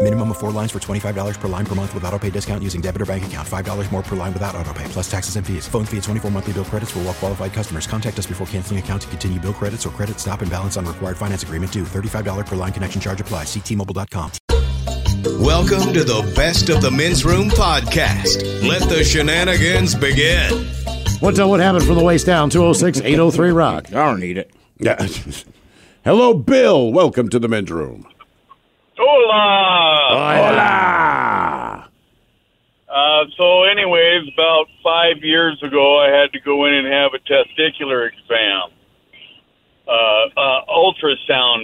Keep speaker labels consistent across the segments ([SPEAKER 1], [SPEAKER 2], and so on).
[SPEAKER 1] Minimum of four lines for $25 per line per month with auto pay discount using debit or bank account. $5 more per line without auto pay, plus taxes and fees. Phone fee at 24 monthly bill credits for all well qualified customers. Contact us before canceling account to continue bill credits or credit stop and balance on required finance agreement due. $35 per line connection charge apply. Ctmobile.com.
[SPEAKER 2] Welcome to the Best of the Men's Room podcast. Let the shenanigans begin.
[SPEAKER 3] What's up? What happened from the waist down? 206 803 Rock.
[SPEAKER 4] I don't need it. Yeah. Hello, Bill. Welcome to the men's room.
[SPEAKER 5] Hola.
[SPEAKER 4] Hola.
[SPEAKER 5] Uh, so, anyways, about five years ago, I had to go in and have a testicular exam, uh, uh, ultrasound,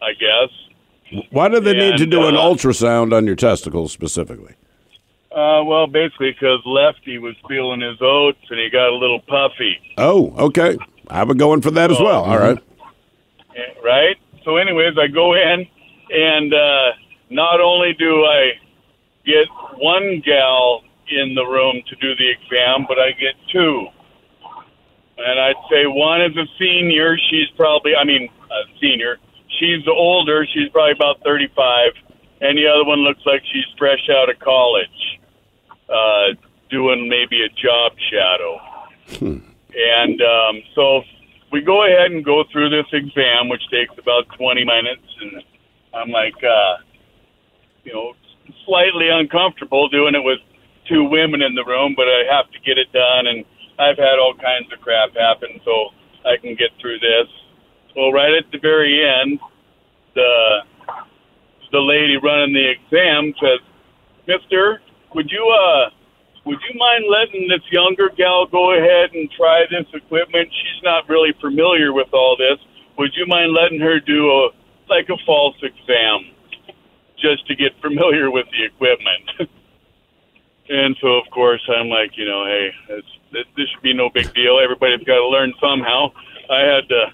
[SPEAKER 5] I guess.
[SPEAKER 4] Why do they need to
[SPEAKER 5] And,
[SPEAKER 4] do an
[SPEAKER 5] uh,
[SPEAKER 4] ultrasound on your testicles specifically?
[SPEAKER 5] Uh, well, basically, because Lefty was feeling his oats and he got a little puffy,
[SPEAKER 4] Oh, okay. I would go in for that as well. All right.
[SPEAKER 5] eh, right? So, anyways, I go in, and uh, not only do I get one gal in the room to do the exam, but I get two. And I'd say one is a senior. She's probably, I mean, a senior. She's older. She's probably about 35. And the other one looks like she's fresh out of college, uh, doing maybe a job shadow. And um, so we go ahead and go through this exam, which takes about 20 minutes. And I'm like, uh, you know, slightly uncomfortable doing it with two women in the room, but I have to get it done. And I've had all kinds of crap happen, so I can get through this. Well, right at the very end, the the lady running the exam says, "Mister, would you uh, would you mind letting this younger gal go ahead and try this equipment? She's not really familiar with all this. Would you mind letting her do a like a false exam?" just to get familiar with the equipment. and so, of course, I'm like, you know, hey, it's, this, this should be no big deal. Everybody's got to learn somehow. I had to,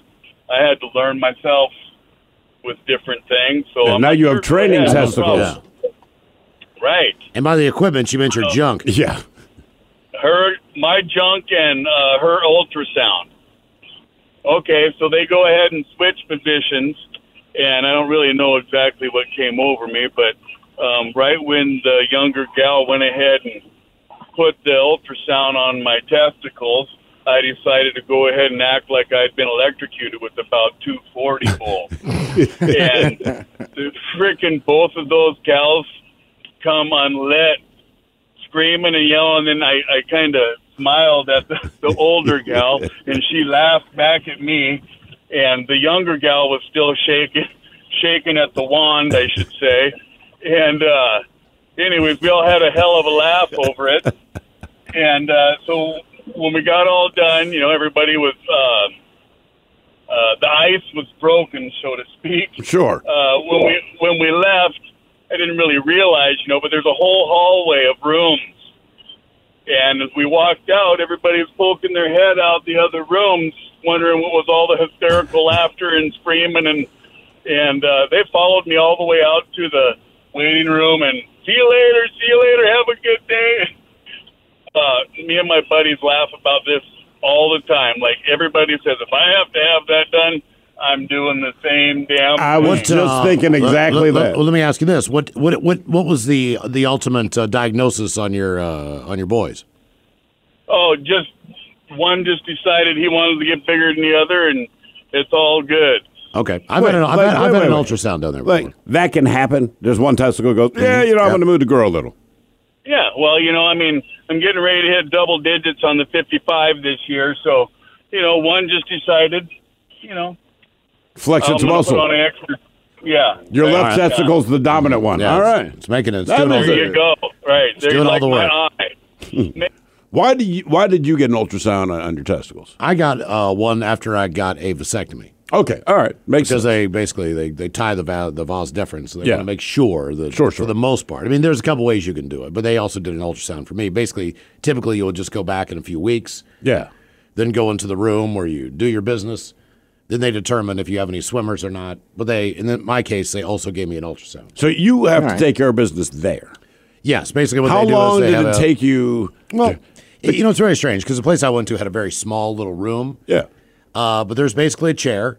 [SPEAKER 5] I had to learn myself with different things. So
[SPEAKER 4] And
[SPEAKER 5] I'm
[SPEAKER 4] now
[SPEAKER 5] like,
[SPEAKER 4] you have
[SPEAKER 5] sure, go
[SPEAKER 4] training
[SPEAKER 5] ahead, no
[SPEAKER 4] testicles.
[SPEAKER 5] problem. Right.
[SPEAKER 3] And by the equipment, she meant your junk.
[SPEAKER 4] Yeah.
[SPEAKER 5] her my junk and uh, her ultrasound. Okay, so they go ahead and switch positions, and I don't really know exactly what came over me, but um, right when the younger gal went ahead and put the ultrasound on my testicles, I decided to go ahead and act like I'd been electrocuted with about 240 volt. and the freaking both of those gals come unlit screaming and yelling, and I, I kind of smiled at the, the older gal, and she laughed back at me, and the younger gal was still shaking, shaking at the wand, I should say, and uh, anyways, we all had a hell of a laugh over it, and uh, so when we got all done, you know, everybody was. Uh, uh, the ice was broken, so to speak
[SPEAKER 4] Sure.
[SPEAKER 5] uh, when we when we left, I didn't really realize, you know, but there's a whole hallway of rooms. And as we walked out, everybody was poking their head out the other rooms, wondering what was all the hysterical laughter and screaming, and and uh, they followed me all the way out to the waiting room. And see you later, see you later, have a good day. Uh, me and my buddies laugh about this all the time. Like everybody says, if I have to have that done, I'm doing the same damn.
[SPEAKER 4] I was
[SPEAKER 5] thing.
[SPEAKER 4] just
[SPEAKER 3] Um,
[SPEAKER 4] thinking exactly
[SPEAKER 3] uh, let, let-
[SPEAKER 4] that.
[SPEAKER 3] Let, me ask you this: what what what what was the the ultimate uh, diagnosis on your uh, on your boys?
[SPEAKER 5] Oh, just one just decided he wanted to get bigger than the other, and it's all good.
[SPEAKER 3] Okay, I've had
[SPEAKER 4] Wait,
[SPEAKER 3] an, I've had,
[SPEAKER 4] like, wait,
[SPEAKER 3] I've had
[SPEAKER 4] wait,
[SPEAKER 3] an
[SPEAKER 4] wait.
[SPEAKER 3] ultrasound down there.
[SPEAKER 4] Like
[SPEAKER 3] before.
[SPEAKER 4] that can happen. There's one testicle goes, yeah, you know, I'm
[SPEAKER 3] Yeah.
[SPEAKER 4] in the mood to grow a little.
[SPEAKER 5] Yeah, well, you know, I mean, I'm getting ready to hit double digits on the 55 this year, so you know, one just decided, you know,
[SPEAKER 4] Flexions
[SPEAKER 5] I'm gonna put
[SPEAKER 4] muscle.
[SPEAKER 5] on an extra. Yeah,
[SPEAKER 4] Your
[SPEAKER 5] right,
[SPEAKER 4] left
[SPEAKER 5] yeah.
[SPEAKER 4] testicle's the dominant one.
[SPEAKER 3] Yeah,
[SPEAKER 4] all
[SPEAKER 3] it's-
[SPEAKER 4] right.
[SPEAKER 3] it's making it. It's
[SPEAKER 4] That
[SPEAKER 3] doing all
[SPEAKER 4] is
[SPEAKER 5] There
[SPEAKER 3] the-
[SPEAKER 5] you go. Right there,
[SPEAKER 3] doing all
[SPEAKER 5] like
[SPEAKER 3] the
[SPEAKER 5] my
[SPEAKER 3] work.
[SPEAKER 5] eye.
[SPEAKER 4] Why do you? Why did you get an ultrasound on, on your testicles?
[SPEAKER 3] I got uh, one after I got a vasectomy
[SPEAKER 4] Okay. All right. Makes
[SPEAKER 3] because
[SPEAKER 4] sense.
[SPEAKER 3] they basically they, they tie the va- the vas deferens. So they
[SPEAKER 4] Yeah.
[SPEAKER 3] want to make sure that
[SPEAKER 4] Sure, sure.
[SPEAKER 3] for the most part. I mean, there's a couple ways you can do it, but they also did an ultrasound for me. Basically, typically you'll just go back in a few weeks.
[SPEAKER 4] yeah.
[SPEAKER 3] then go into the room where you do your business. Then they determine if you have any swimmers or not. But they, in my case, they also gave me an ultrasound.
[SPEAKER 4] So you have to take care of business there.
[SPEAKER 3] Yes, basically what
[SPEAKER 4] How
[SPEAKER 3] they do
[SPEAKER 4] long
[SPEAKER 3] is they
[SPEAKER 4] did
[SPEAKER 3] have
[SPEAKER 4] it
[SPEAKER 3] a-
[SPEAKER 4] take you?
[SPEAKER 3] Well, you know, it's very strange because the place I went to had a very small little room.
[SPEAKER 4] yeah.
[SPEAKER 3] Uh, but there's basically a chair,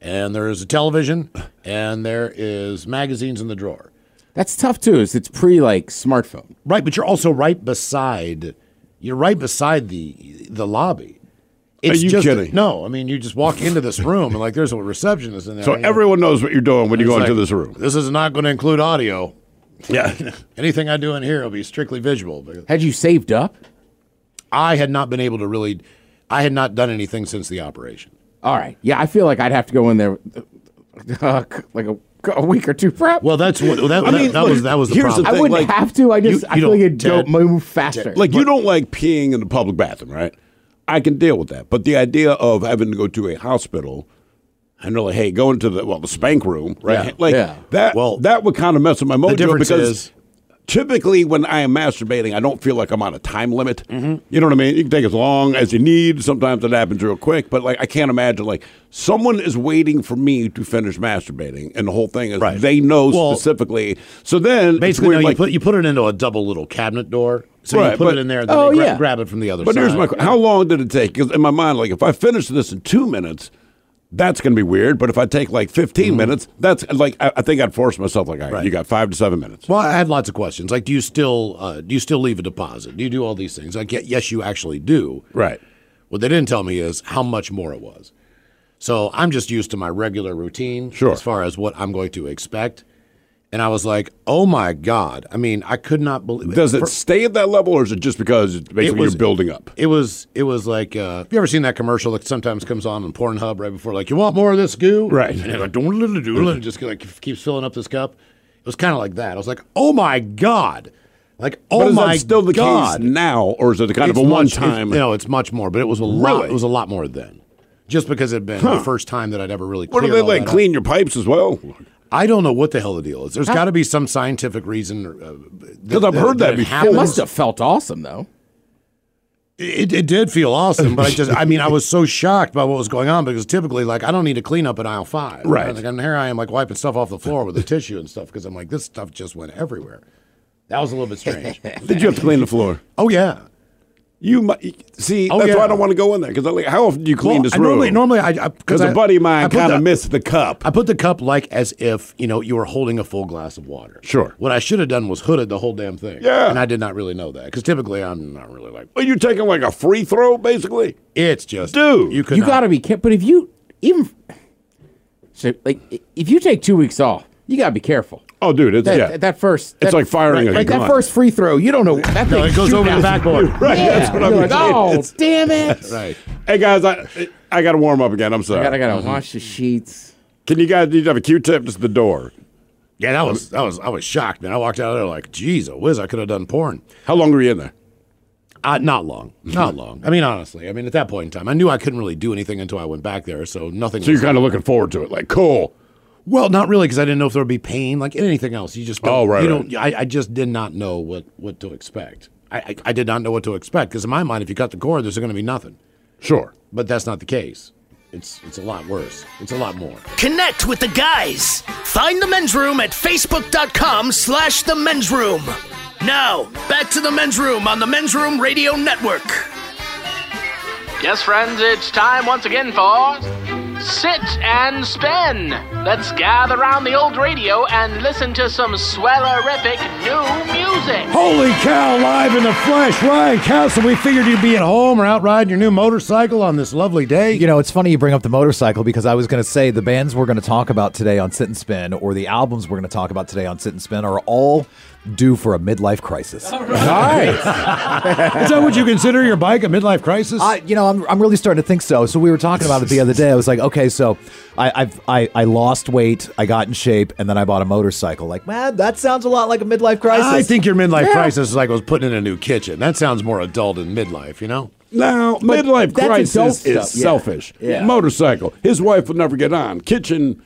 [SPEAKER 3] and there's a television, and there is magazines in the drawer.
[SPEAKER 6] That's tough too. Is it's pre like smartphone.
[SPEAKER 3] Right, but you're also right beside. You're right beside the the lobby. It's
[SPEAKER 4] you
[SPEAKER 3] just,
[SPEAKER 4] kidding?
[SPEAKER 3] No, I mean you just walk into this room and like there's a receptionist in there.
[SPEAKER 4] So
[SPEAKER 3] and you're-
[SPEAKER 4] everyone knows what you're doing when you go
[SPEAKER 3] It's
[SPEAKER 4] into
[SPEAKER 3] like,
[SPEAKER 4] this room.
[SPEAKER 3] This is not going to include audio.
[SPEAKER 4] Yeah.
[SPEAKER 3] Anything I do in here will be strictly visual. But
[SPEAKER 6] Had you saved up?
[SPEAKER 3] I had not been able to really, I had not done anything since the operation.
[SPEAKER 6] All right. Yeah, I feel like I'd have to go in there uh, like a, a week or two prep.
[SPEAKER 3] Well, that's what that,
[SPEAKER 4] I
[SPEAKER 3] that-
[SPEAKER 4] mean,
[SPEAKER 3] that
[SPEAKER 4] look,
[SPEAKER 3] was. That was the
[SPEAKER 4] here's the
[SPEAKER 3] problem.
[SPEAKER 6] I
[SPEAKER 4] thing,
[SPEAKER 6] wouldn't
[SPEAKER 4] like,
[SPEAKER 6] have to. I
[SPEAKER 3] you-
[SPEAKER 6] just
[SPEAKER 3] you
[SPEAKER 6] I feel
[SPEAKER 3] don't-
[SPEAKER 6] like it'd go
[SPEAKER 3] Ted-
[SPEAKER 6] move faster.
[SPEAKER 4] Like you don't like peeing in the public bathroom, right? I can deal with that. But the idea of having to go to a hospital and they're like, hey, go into the well, the spank room, right?
[SPEAKER 3] Yeah.
[SPEAKER 4] Like
[SPEAKER 6] Yeah.
[SPEAKER 4] that
[SPEAKER 3] Well,
[SPEAKER 4] that would kind of mess with my mojo
[SPEAKER 3] difference
[SPEAKER 4] because
[SPEAKER 3] is-
[SPEAKER 4] typically when I am masturbating, I don't feel like I'm on a time limit.
[SPEAKER 3] Mm-hmm.
[SPEAKER 4] You know what I mean? You can take as long as you need. Sometimes it happens real quick, but like I can't imagine like someone is waiting for me to finish masturbating and the whole thing is
[SPEAKER 3] Right.
[SPEAKER 4] they know
[SPEAKER 3] Well,
[SPEAKER 4] specifically. So then it's
[SPEAKER 3] Basically,
[SPEAKER 4] weird,
[SPEAKER 3] no,
[SPEAKER 4] like-
[SPEAKER 3] you put you put it into a double little cabinet door. So
[SPEAKER 4] Right,
[SPEAKER 3] you put
[SPEAKER 4] but-
[SPEAKER 3] it in there, and then
[SPEAKER 6] Oh,
[SPEAKER 3] they gra-
[SPEAKER 6] yeah.
[SPEAKER 3] grab it from the other
[SPEAKER 4] But
[SPEAKER 3] side.
[SPEAKER 4] here's my question: How long did it take? Because in my mind, like if I finish this in two minutes, that's going to be weird. But if I take like 15
[SPEAKER 3] Mm-hmm.
[SPEAKER 4] minutes, that's like I, I think I'd force myself. Like, all right, you got five to seven minutes.
[SPEAKER 3] Well, I had lots of questions. Like, do you still uh, do you still leave a deposit? Do you do all these things? Like, ye- yes, you actually do.
[SPEAKER 4] Right.
[SPEAKER 3] What they didn't tell me is how much more it was. So I'm just used to my regular routine
[SPEAKER 4] Sure.
[SPEAKER 3] as far as what I'm going to expect. And I was like, oh my God. I mean, I could not believe
[SPEAKER 4] Does it
[SPEAKER 3] For-
[SPEAKER 4] stay at that level, or is it just because it's basically
[SPEAKER 3] was-
[SPEAKER 4] you're building up?
[SPEAKER 3] It was it was like uh, have you ever seen that commercial that sometimes comes on on Pornhub right before like you want more of this goo
[SPEAKER 4] Right.
[SPEAKER 3] and they're like don't do do and it just like keeps filling up this cup it was kind of like that I was like oh my god like oh
[SPEAKER 4] but is
[SPEAKER 3] my
[SPEAKER 4] that still the
[SPEAKER 3] god
[SPEAKER 4] case now, or is it kind
[SPEAKER 3] It's
[SPEAKER 4] of a one
[SPEAKER 3] much-
[SPEAKER 4] time?
[SPEAKER 3] it's, no it's much more but it was a lot
[SPEAKER 4] Really?
[SPEAKER 3] it was a lot more then just because it had been the first time that I'd ever really
[SPEAKER 4] what do
[SPEAKER 3] cleared
[SPEAKER 4] they
[SPEAKER 3] all
[SPEAKER 4] like?
[SPEAKER 3] that up.
[SPEAKER 4] Clean your pipes as well?
[SPEAKER 3] I don't know what the hell the deal is. There's got to be some scientific reason. uh, Because
[SPEAKER 4] Because I've heard that before.
[SPEAKER 6] it must have felt awesome though.
[SPEAKER 3] It, it did feel awesome, but I just, I mean, I was so shocked by what was going on because typically, like, I don't need to clean up in aisle five.
[SPEAKER 4] Right.
[SPEAKER 3] Like, and here I am, like, wiping stuff off the floor with a tissue and stuff because I'm like, this stuff just went everywhere. That was a little bit strange.
[SPEAKER 4] Did you have to clean the floor?
[SPEAKER 3] oh, yeah.
[SPEAKER 4] You might see.
[SPEAKER 3] Oh,
[SPEAKER 4] that's why I
[SPEAKER 3] yeah.
[SPEAKER 4] don't want to go in there because like, how often do you clean
[SPEAKER 3] Well,
[SPEAKER 4] this
[SPEAKER 3] I
[SPEAKER 4] room?
[SPEAKER 3] normally, normally, I,
[SPEAKER 4] because a
[SPEAKER 3] I-
[SPEAKER 4] buddy of
[SPEAKER 3] I
[SPEAKER 4] mine
[SPEAKER 3] put
[SPEAKER 4] kind
[SPEAKER 3] the-
[SPEAKER 4] of missed the cup.
[SPEAKER 3] I put the cup like as if, you know, you were holding a full glass of water.
[SPEAKER 4] Sure.
[SPEAKER 3] What I should have done was hooded the whole damn thing.
[SPEAKER 4] Yeah.
[SPEAKER 3] And I did not really know that because typically I'm not really like,
[SPEAKER 4] Are you taking like a free throw, basically?
[SPEAKER 3] it's just,
[SPEAKER 4] Dude.
[SPEAKER 3] you could
[SPEAKER 6] you
[SPEAKER 3] not-
[SPEAKER 6] got to be careful. But if you even so, like i- if you take two weeks off, you got to be careful.
[SPEAKER 4] Oh, dude, it's
[SPEAKER 6] That,
[SPEAKER 4] yeah.
[SPEAKER 6] that, first,
[SPEAKER 4] It's
[SPEAKER 6] that-
[SPEAKER 4] like firing a
[SPEAKER 6] Like that
[SPEAKER 4] gun.
[SPEAKER 6] first free throw, you don't know that
[SPEAKER 3] No,
[SPEAKER 6] thing
[SPEAKER 3] it goes
[SPEAKER 6] shoot
[SPEAKER 3] over the
[SPEAKER 6] out.
[SPEAKER 3] backboard.
[SPEAKER 4] right.
[SPEAKER 6] Yeah.
[SPEAKER 4] That's what
[SPEAKER 6] You're
[SPEAKER 4] I'm
[SPEAKER 6] like,
[SPEAKER 4] saying.
[SPEAKER 6] oh,
[SPEAKER 4] It's-
[SPEAKER 6] damn it!
[SPEAKER 3] Right.
[SPEAKER 4] Hey guys, I I got to warm up again. I'm sorry.
[SPEAKER 6] I gotta, gotta wash the sheets.
[SPEAKER 4] Can you guys? Do you have a Q-tip? Just the door.
[SPEAKER 3] Yeah, that was that was I was shocked, man. I walked out of there like, geez, a whiz, I could have done porn.
[SPEAKER 4] How long were you in there?
[SPEAKER 3] Uh, not long, not long. I mean, honestly, I mean, at that point in time, I knew I couldn't really do anything until I went back there, so nothing.
[SPEAKER 4] So
[SPEAKER 3] was,
[SPEAKER 4] you're kind of looking forward to it, like cool.
[SPEAKER 3] well, not really, because I didn't know if there would be pain, like anything else. You just don't,
[SPEAKER 4] Oh, right,
[SPEAKER 3] You
[SPEAKER 4] right.
[SPEAKER 3] don't. I, I just did not know what what to expect. I I, I did not know what to expect because in my mind, if you cut the cord, there's going to be nothing.
[SPEAKER 4] Sure.
[SPEAKER 3] But that's not the case. It's it's a lot worse. It's a lot more.
[SPEAKER 7] Connect with the guys. Find the men's room at facebook.com slash the men's room. Now, back to the men's room on the men's room radio network. Yes, friends, it's time once again for
[SPEAKER 8] Sit and spin. Let's gather around the old radio and listen to some swellerific new music.
[SPEAKER 9] Holy cow, live in the flesh, Ryan Castle. We figured you'd be at home or out riding your new motorcycle on this lovely day.
[SPEAKER 10] You know, it's funny you bring up the motorcycle because I was going to say the bands we're going to talk about today on Sit and Spin or the albums we're going to talk about today on Sit and Spin are all due for a midlife crisis.
[SPEAKER 9] Nice. Is that what you consider your bike a midlife crisis?
[SPEAKER 10] I, you know, I'm, I'm really starting to think so. So we were talking about it the other day. I was like, okay, so I, I've I, I lost weight, I got in shape, and then I bought a motorcycle. Like, man, that sounds a lot like a midlife crisis.
[SPEAKER 3] I think your midlife
[SPEAKER 10] Yeah.
[SPEAKER 3] crisis is like I was putting in a new kitchen. That sounds more adult than midlife, you know?
[SPEAKER 4] Now,
[SPEAKER 3] But
[SPEAKER 4] midlife
[SPEAKER 3] that's adult
[SPEAKER 4] crisis
[SPEAKER 3] stuff, yeah.
[SPEAKER 4] is selfish.
[SPEAKER 3] Yeah.
[SPEAKER 4] Motorcycle. His wife will never get on. Kitchen.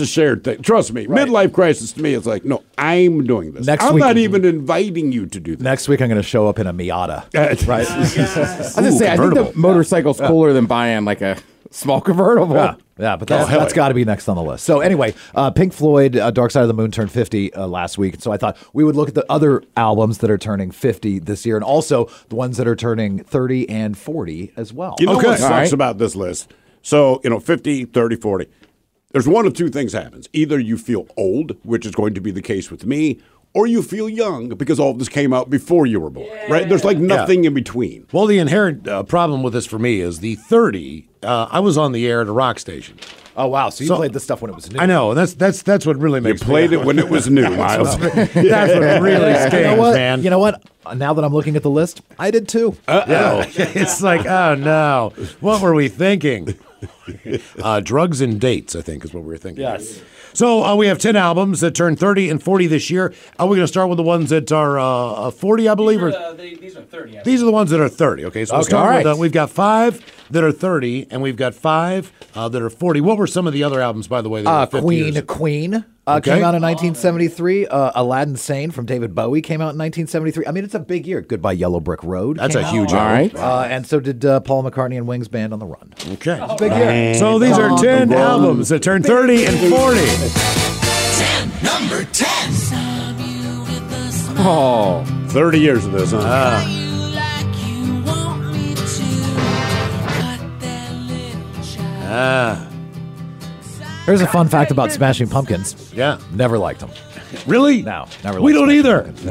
[SPEAKER 3] Right.
[SPEAKER 4] a shared thing. Trust me. Midlife crisis to me is like, no, I'm doing this.
[SPEAKER 10] Next
[SPEAKER 4] I'm
[SPEAKER 10] week-
[SPEAKER 4] not even inviting you to do this.
[SPEAKER 10] Next week, I'm going to show up in a Miata.
[SPEAKER 4] right.
[SPEAKER 6] I was gonna say, I think the motorcycle's cooler than buying like a small convertible.
[SPEAKER 10] Yeah, yeah, but that's, that's got to be next on the list. So anyway, uh, Pink Floyd, uh, Dark Side of the Moon turned 50 uh, last week, so I thought we would look at the other albums that are turning 50 this year, and also the ones that are turning 30 and 40 as well.
[SPEAKER 4] You know what sucks about this list? So, you know, 50, 30, 40. There's one of two things happens. Either you feel old, which is going to be the case with me, or you feel young because all of this came out before you were born, right? There's like nothing in between.
[SPEAKER 3] Well, the inherent uh, problem with this for me is the 30. Uh, I was on the air at a rock station.
[SPEAKER 10] Oh wow! So you played this stuff when it was new.
[SPEAKER 3] I know, and that's that's that's what really makes.
[SPEAKER 4] played
[SPEAKER 3] me
[SPEAKER 4] it when it was new, Miles.
[SPEAKER 3] that's what really
[SPEAKER 10] Yeah. you know
[SPEAKER 3] scares,
[SPEAKER 10] what?
[SPEAKER 3] man.
[SPEAKER 10] You know what? Uh, Now that I'm looking at the list, I did too.
[SPEAKER 3] Yeah. it's like, oh no, what were we thinking? uh, drugs and dates, I think, is what we were thinking. Yes. So uh, we have ten albums that turn thirty and forty this year. Are we going to start with the ones that are uh, uh, forty? I believe. or- These are the ones that are 30. Okay, so we'll
[SPEAKER 9] Okay,
[SPEAKER 3] start
[SPEAKER 9] all
[SPEAKER 3] with,
[SPEAKER 9] right.
[SPEAKER 3] uh, we've got five that are 30, and we've got five uh, that are 40. What were some of the other albums, by the way? That
[SPEAKER 10] Uh,
[SPEAKER 3] were 50
[SPEAKER 10] Queen,
[SPEAKER 3] years?
[SPEAKER 10] Queen uh,
[SPEAKER 3] Okay.
[SPEAKER 10] came out in 1973. Uh, Aladdin Sane from David Bowie came out in 1973. I mean, it's a big year. Goodbye Yellow Brick Road.
[SPEAKER 3] That's
[SPEAKER 10] came
[SPEAKER 3] a
[SPEAKER 10] out.
[SPEAKER 3] huge All album. right.
[SPEAKER 10] Uh, and so did uh, Paul McCartney and Wings Band on the Run.
[SPEAKER 3] Okay.
[SPEAKER 10] big year.
[SPEAKER 3] So these are
[SPEAKER 10] Band
[SPEAKER 3] 10
[SPEAKER 10] on the Run.
[SPEAKER 3] albums that turn 30 and 40.
[SPEAKER 2] Number 10.
[SPEAKER 4] Oh. 30 years of this, huh?
[SPEAKER 3] Ah.
[SPEAKER 10] Here's a fun fact about Smashing Pumpkins.
[SPEAKER 3] Yeah.
[SPEAKER 10] Never liked them.
[SPEAKER 3] Really?
[SPEAKER 10] No, never
[SPEAKER 3] We
[SPEAKER 10] liked
[SPEAKER 3] don't
[SPEAKER 10] Smashing
[SPEAKER 3] either.
[SPEAKER 10] Pumpkins.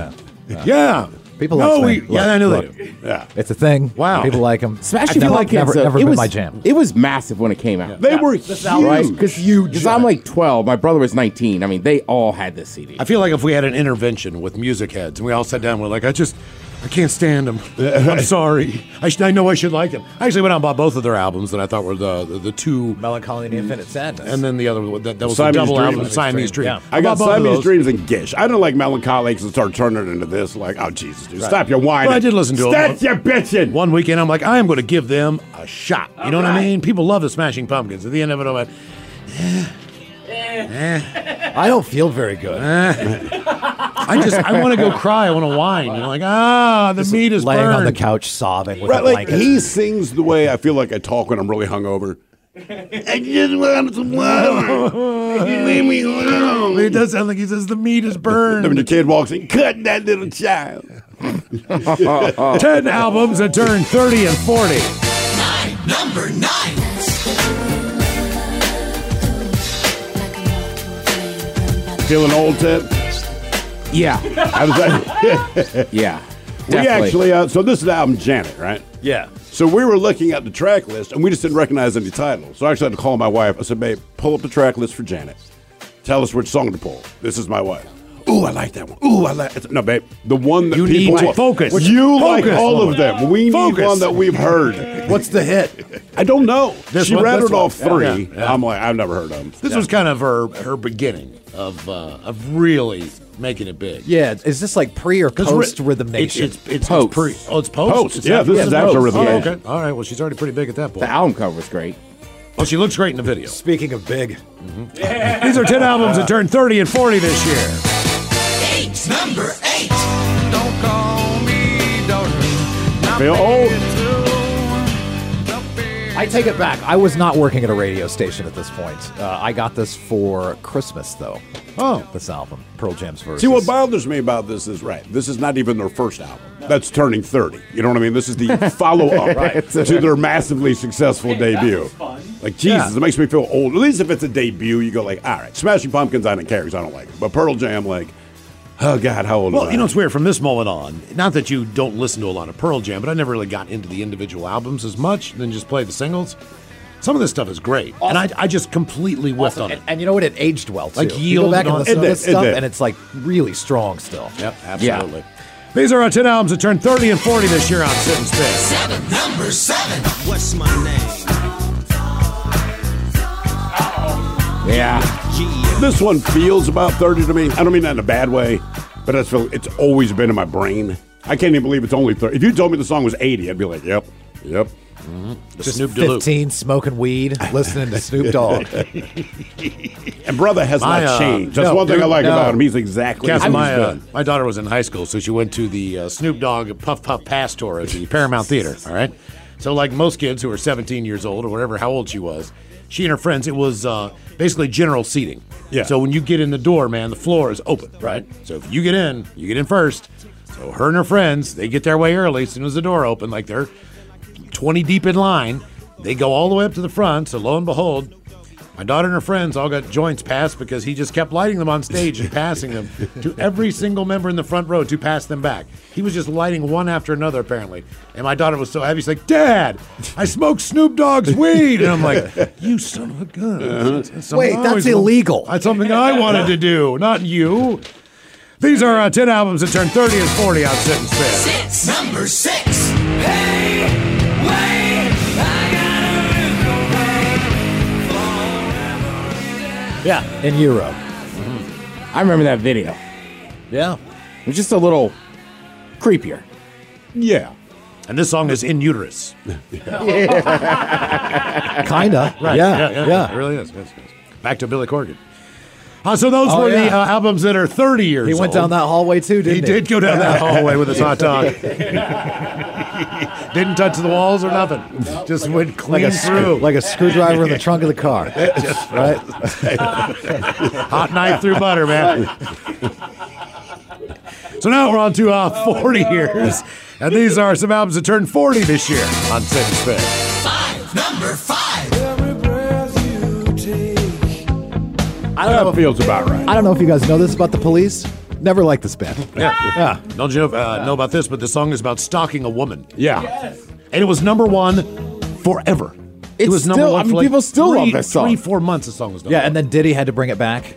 [SPEAKER 10] No. no.
[SPEAKER 3] Yeah.
[SPEAKER 10] People
[SPEAKER 3] No,
[SPEAKER 10] like
[SPEAKER 3] we-
[SPEAKER 10] Smashing-
[SPEAKER 3] yeah, I knew
[SPEAKER 10] look,
[SPEAKER 3] they
[SPEAKER 10] look.
[SPEAKER 4] Yeah.
[SPEAKER 10] It's a thing.
[SPEAKER 6] Wow.
[SPEAKER 10] People like them.
[SPEAKER 6] Smashing
[SPEAKER 10] never,
[SPEAKER 6] Pumpkins.
[SPEAKER 10] Never,
[SPEAKER 6] though,
[SPEAKER 10] never
[SPEAKER 6] it
[SPEAKER 10] been
[SPEAKER 6] was,
[SPEAKER 10] my jam.
[SPEAKER 6] It was massive when it came out.
[SPEAKER 10] They were
[SPEAKER 6] This
[SPEAKER 10] huge.
[SPEAKER 6] Because huge. Because I'm like 12. My brother was 19. I mean, they all had this CD.
[SPEAKER 3] I feel like if we had an intervention with music heads and we all sat down, we're like, I just, I can't stand them. I'm sorry. I, should, I know I should like them. I actually went out and bought both of their albums that I thought were the the, the two
[SPEAKER 10] Melancholy and Infinite Sadness,
[SPEAKER 3] and then the other one that, that was a
[SPEAKER 4] Siamese
[SPEAKER 3] double
[SPEAKER 4] Dream.
[SPEAKER 3] album, Siamese Dream.
[SPEAKER 4] I got
[SPEAKER 3] bought both of
[SPEAKER 4] Siamese
[SPEAKER 3] those.
[SPEAKER 4] Dreams and Gish. I don't like melancholy because it starts turning into this. Like, oh, Jesus, dude,
[SPEAKER 3] Right.
[SPEAKER 4] stop your whining.
[SPEAKER 3] But I did listen to them.
[SPEAKER 4] Stop your bitching.
[SPEAKER 3] One weekend, I'm like, I am going to give them a shot. You know what I mean? People love the Smashing Pumpkins. At the end of it, I'm like, Eh.
[SPEAKER 10] I don't feel very good.
[SPEAKER 3] I just, I want to go cry. I want to whine. You're like, ah, the meat is
[SPEAKER 10] laying on the
[SPEAKER 3] burned.
[SPEAKER 10] couch sobbing with
[SPEAKER 4] Right,
[SPEAKER 10] a
[SPEAKER 4] like,
[SPEAKER 10] blanket.
[SPEAKER 4] he sings the way I feel like I talk when I'm really hungover. I just want some water. Leave me alone.
[SPEAKER 3] It does sound like he says the meat is burned.
[SPEAKER 4] Then when the kid walks in, cut that little child.
[SPEAKER 3] 10 albums that turn 30 and 40.
[SPEAKER 2] Number 9.
[SPEAKER 4] Feeling old, Tip? Yeah. I was like,
[SPEAKER 6] yeah.
[SPEAKER 4] We
[SPEAKER 6] definitely.
[SPEAKER 4] actually, uh, so this is the album Janet, right?
[SPEAKER 3] Yeah.
[SPEAKER 4] So we were looking at the track list and we just didn't recognize any titles. So I actually had to call my wife. I said, babe, pull up the track list for Janet. Tell us which song to pull. This is my wife. Ooh, I like that one. Ooh, I like it. No, babe, the one that
[SPEAKER 3] You
[SPEAKER 4] people
[SPEAKER 3] need to
[SPEAKER 4] love.
[SPEAKER 3] focus.
[SPEAKER 4] You like
[SPEAKER 3] Focus.
[SPEAKER 4] all of them. We
[SPEAKER 3] Focus.
[SPEAKER 4] need one that we've heard.
[SPEAKER 10] What's the hit?
[SPEAKER 4] I don't know.
[SPEAKER 3] This
[SPEAKER 4] she
[SPEAKER 3] one-
[SPEAKER 4] rattled
[SPEAKER 3] this one.
[SPEAKER 4] off three.
[SPEAKER 3] Yeah, yeah, yeah.
[SPEAKER 4] I'm like, I've never heard of them.
[SPEAKER 3] This was kind of her her beginning of uh, of really making it big.
[SPEAKER 10] Yeah, is this like pre or
[SPEAKER 3] 'Cause ri-
[SPEAKER 10] post Rhythm Nation?
[SPEAKER 3] It's, it's, it's, post. pre. Oh, it's post.
[SPEAKER 4] Post,
[SPEAKER 3] It's
[SPEAKER 4] yeah,
[SPEAKER 3] after-
[SPEAKER 4] this is after
[SPEAKER 3] post.
[SPEAKER 4] Rhythm
[SPEAKER 3] Oh,
[SPEAKER 4] Nation.
[SPEAKER 3] okay. All right. Well, she's already pretty big at that point.
[SPEAKER 6] The album cover was great.
[SPEAKER 3] Well, she looks great in the video. Mm-hmm.
[SPEAKER 10] Speaking of big,
[SPEAKER 3] These are ten albums that turned thirty and forty this year.
[SPEAKER 2] Eight. Number 8.
[SPEAKER 4] Feel
[SPEAKER 3] oh.
[SPEAKER 4] old.
[SPEAKER 10] Oh, I take it back. I was not working at a radio station at this point. Uh, I got this for Christmas though.
[SPEAKER 4] Oh.
[SPEAKER 10] this album, Pearl Jam's version.
[SPEAKER 4] See, what bothers me about this is right. This is not even their first album. That's turning 30. You know what I mean? This is the follow up
[SPEAKER 10] Right.
[SPEAKER 4] to their massively successful debut. Like Like Jesus, it makes me feel old. At least if it's a debut, you go like, all right, Smashing Pumpkins, I don't care because I don't like it. But Pearl Jam, like, oh God, how old? am
[SPEAKER 3] Well,
[SPEAKER 4] I?
[SPEAKER 3] you know, it's weird from this moment on. Not that you don't listen to a lot of Pearl Jam, but I never really got into the individual albums as much, then just play the singles. Some of this stuff is great, and I, I just completely whiffed on it.
[SPEAKER 10] And you know what? It aged well too.
[SPEAKER 3] Like
[SPEAKER 10] you go
[SPEAKER 3] yield
[SPEAKER 10] back
[SPEAKER 3] on
[SPEAKER 10] and listen to this stuff, and it's like really strong still.
[SPEAKER 3] Yep, absolutely. These are our 10 albums that turned 30 and 40 this year on Sit and Spin.
[SPEAKER 11] Seven, number seven. What's my name?
[SPEAKER 4] Yeah. This one feels about 30 to me. I don't mean that in a bad way, but that's feel it's always been in my brain. I can't even believe it's only 30. If you told me the song was 80, I'd be like, yep, yep.
[SPEAKER 10] Just 15 smoking weed, listening to Snoop Dogg.
[SPEAKER 4] and brother has
[SPEAKER 3] My,
[SPEAKER 4] not
[SPEAKER 3] uh,
[SPEAKER 4] changed. That's
[SPEAKER 3] no,
[SPEAKER 4] one thing I
[SPEAKER 3] dude,
[SPEAKER 4] like
[SPEAKER 3] no.
[SPEAKER 4] about him. He's exactly
[SPEAKER 3] Cass,
[SPEAKER 4] who he's
[SPEAKER 3] my, uh,
[SPEAKER 4] been.
[SPEAKER 3] my daughter was in high school, so she went to the uh, Snoop Dogg Puff Puff Pass tour at the Paramount Theater. All right. So, like most kids who are 17 years old or whatever, how old she was, she and her friends, it was uh, basically general seating.
[SPEAKER 4] Yeah.
[SPEAKER 3] So, when you get in the door, man, the floor is open, right? So, if you get in, you get in first. So, her and her friends, they get their way early as soon as the door open, like they're 20 deep in line. They go all the way up to the front. So, lo and behold, my daughter and her friends all got joints passed because he just kept lighting them on stage and passing them to every single member in the front row to pass them back. He was just lighting one after another, apparently. And my daughter was so happy. She's like, Dad, I smoked Snoop Dogg's weed. And I'm like, You son of a gun.
[SPEAKER 4] Uh-huh.
[SPEAKER 3] That's something
[SPEAKER 10] Wait,
[SPEAKER 3] I
[SPEAKER 10] that's
[SPEAKER 3] always-
[SPEAKER 10] illegal.
[SPEAKER 3] That's something I wanted to do, not you. These are uh, 10 albums that turned 30 and 40 on Sit and Spin.
[SPEAKER 11] Six, number six. Hey, wait, I
[SPEAKER 6] Yeah, Mm-hmm.
[SPEAKER 10] in Europe.
[SPEAKER 6] I remember that video.
[SPEAKER 10] Yeah,
[SPEAKER 6] it was just a little creepier.
[SPEAKER 4] Yeah,
[SPEAKER 3] and this song is in uterus.
[SPEAKER 10] Kinda.
[SPEAKER 3] Right.
[SPEAKER 10] Yeah, yeah.
[SPEAKER 3] It really is. Yes, yes. Back to Billy Corgan. Uh, so those
[SPEAKER 10] Oh,
[SPEAKER 3] were the
[SPEAKER 10] yeah.
[SPEAKER 3] uh, albums that are 30 years
[SPEAKER 10] He went
[SPEAKER 3] old.
[SPEAKER 10] down that hallway too, didn't he?
[SPEAKER 3] He did go down that hallway with his hot dog. Didn't touch the walls or nothing. Just went
[SPEAKER 10] like
[SPEAKER 3] clean
[SPEAKER 10] a
[SPEAKER 3] through.
[SPEAKER 10] screw, like a screwdriver in the trunk of the car.
[SPEAKER 3] Just-
[SPEAKER 10] right.
[SPEAKER 3] Hot knife through butter, man. So now we're on to uh,
[SPEAKER 10] Oh,
[SPEAKER 3] 40 years. And these are some albums that turned 40 this year on Sin Spin.
[SPEAKER 11] Five, number five.
[SPEAKER 10] I don't know.
[SPEAKER 4] That feels about right.
[SPEAKER 10] I don't know if you guys know this about the police. Never liked this band.
[SPEAKER 3] Yeah. Don't you know, uh, know about this, but the song is about stalking a woman.
[SPEAKER 4] Yeah.
[SPEAKER 3] And it was number one forever. it was number
[SPEAKER 10] still-
[SPEAKER 3] one
[SPEAKER 10] I mean,
[SPEAKER 3] for like
[SPEAKER 10] people still
[SPEAKER 3] three,
[SPEAKER 10] love this song.
[SPEAKER 3] Three, four months the song was number
[SPEAKER 10] Yeah, and then Diddy had to bring it back.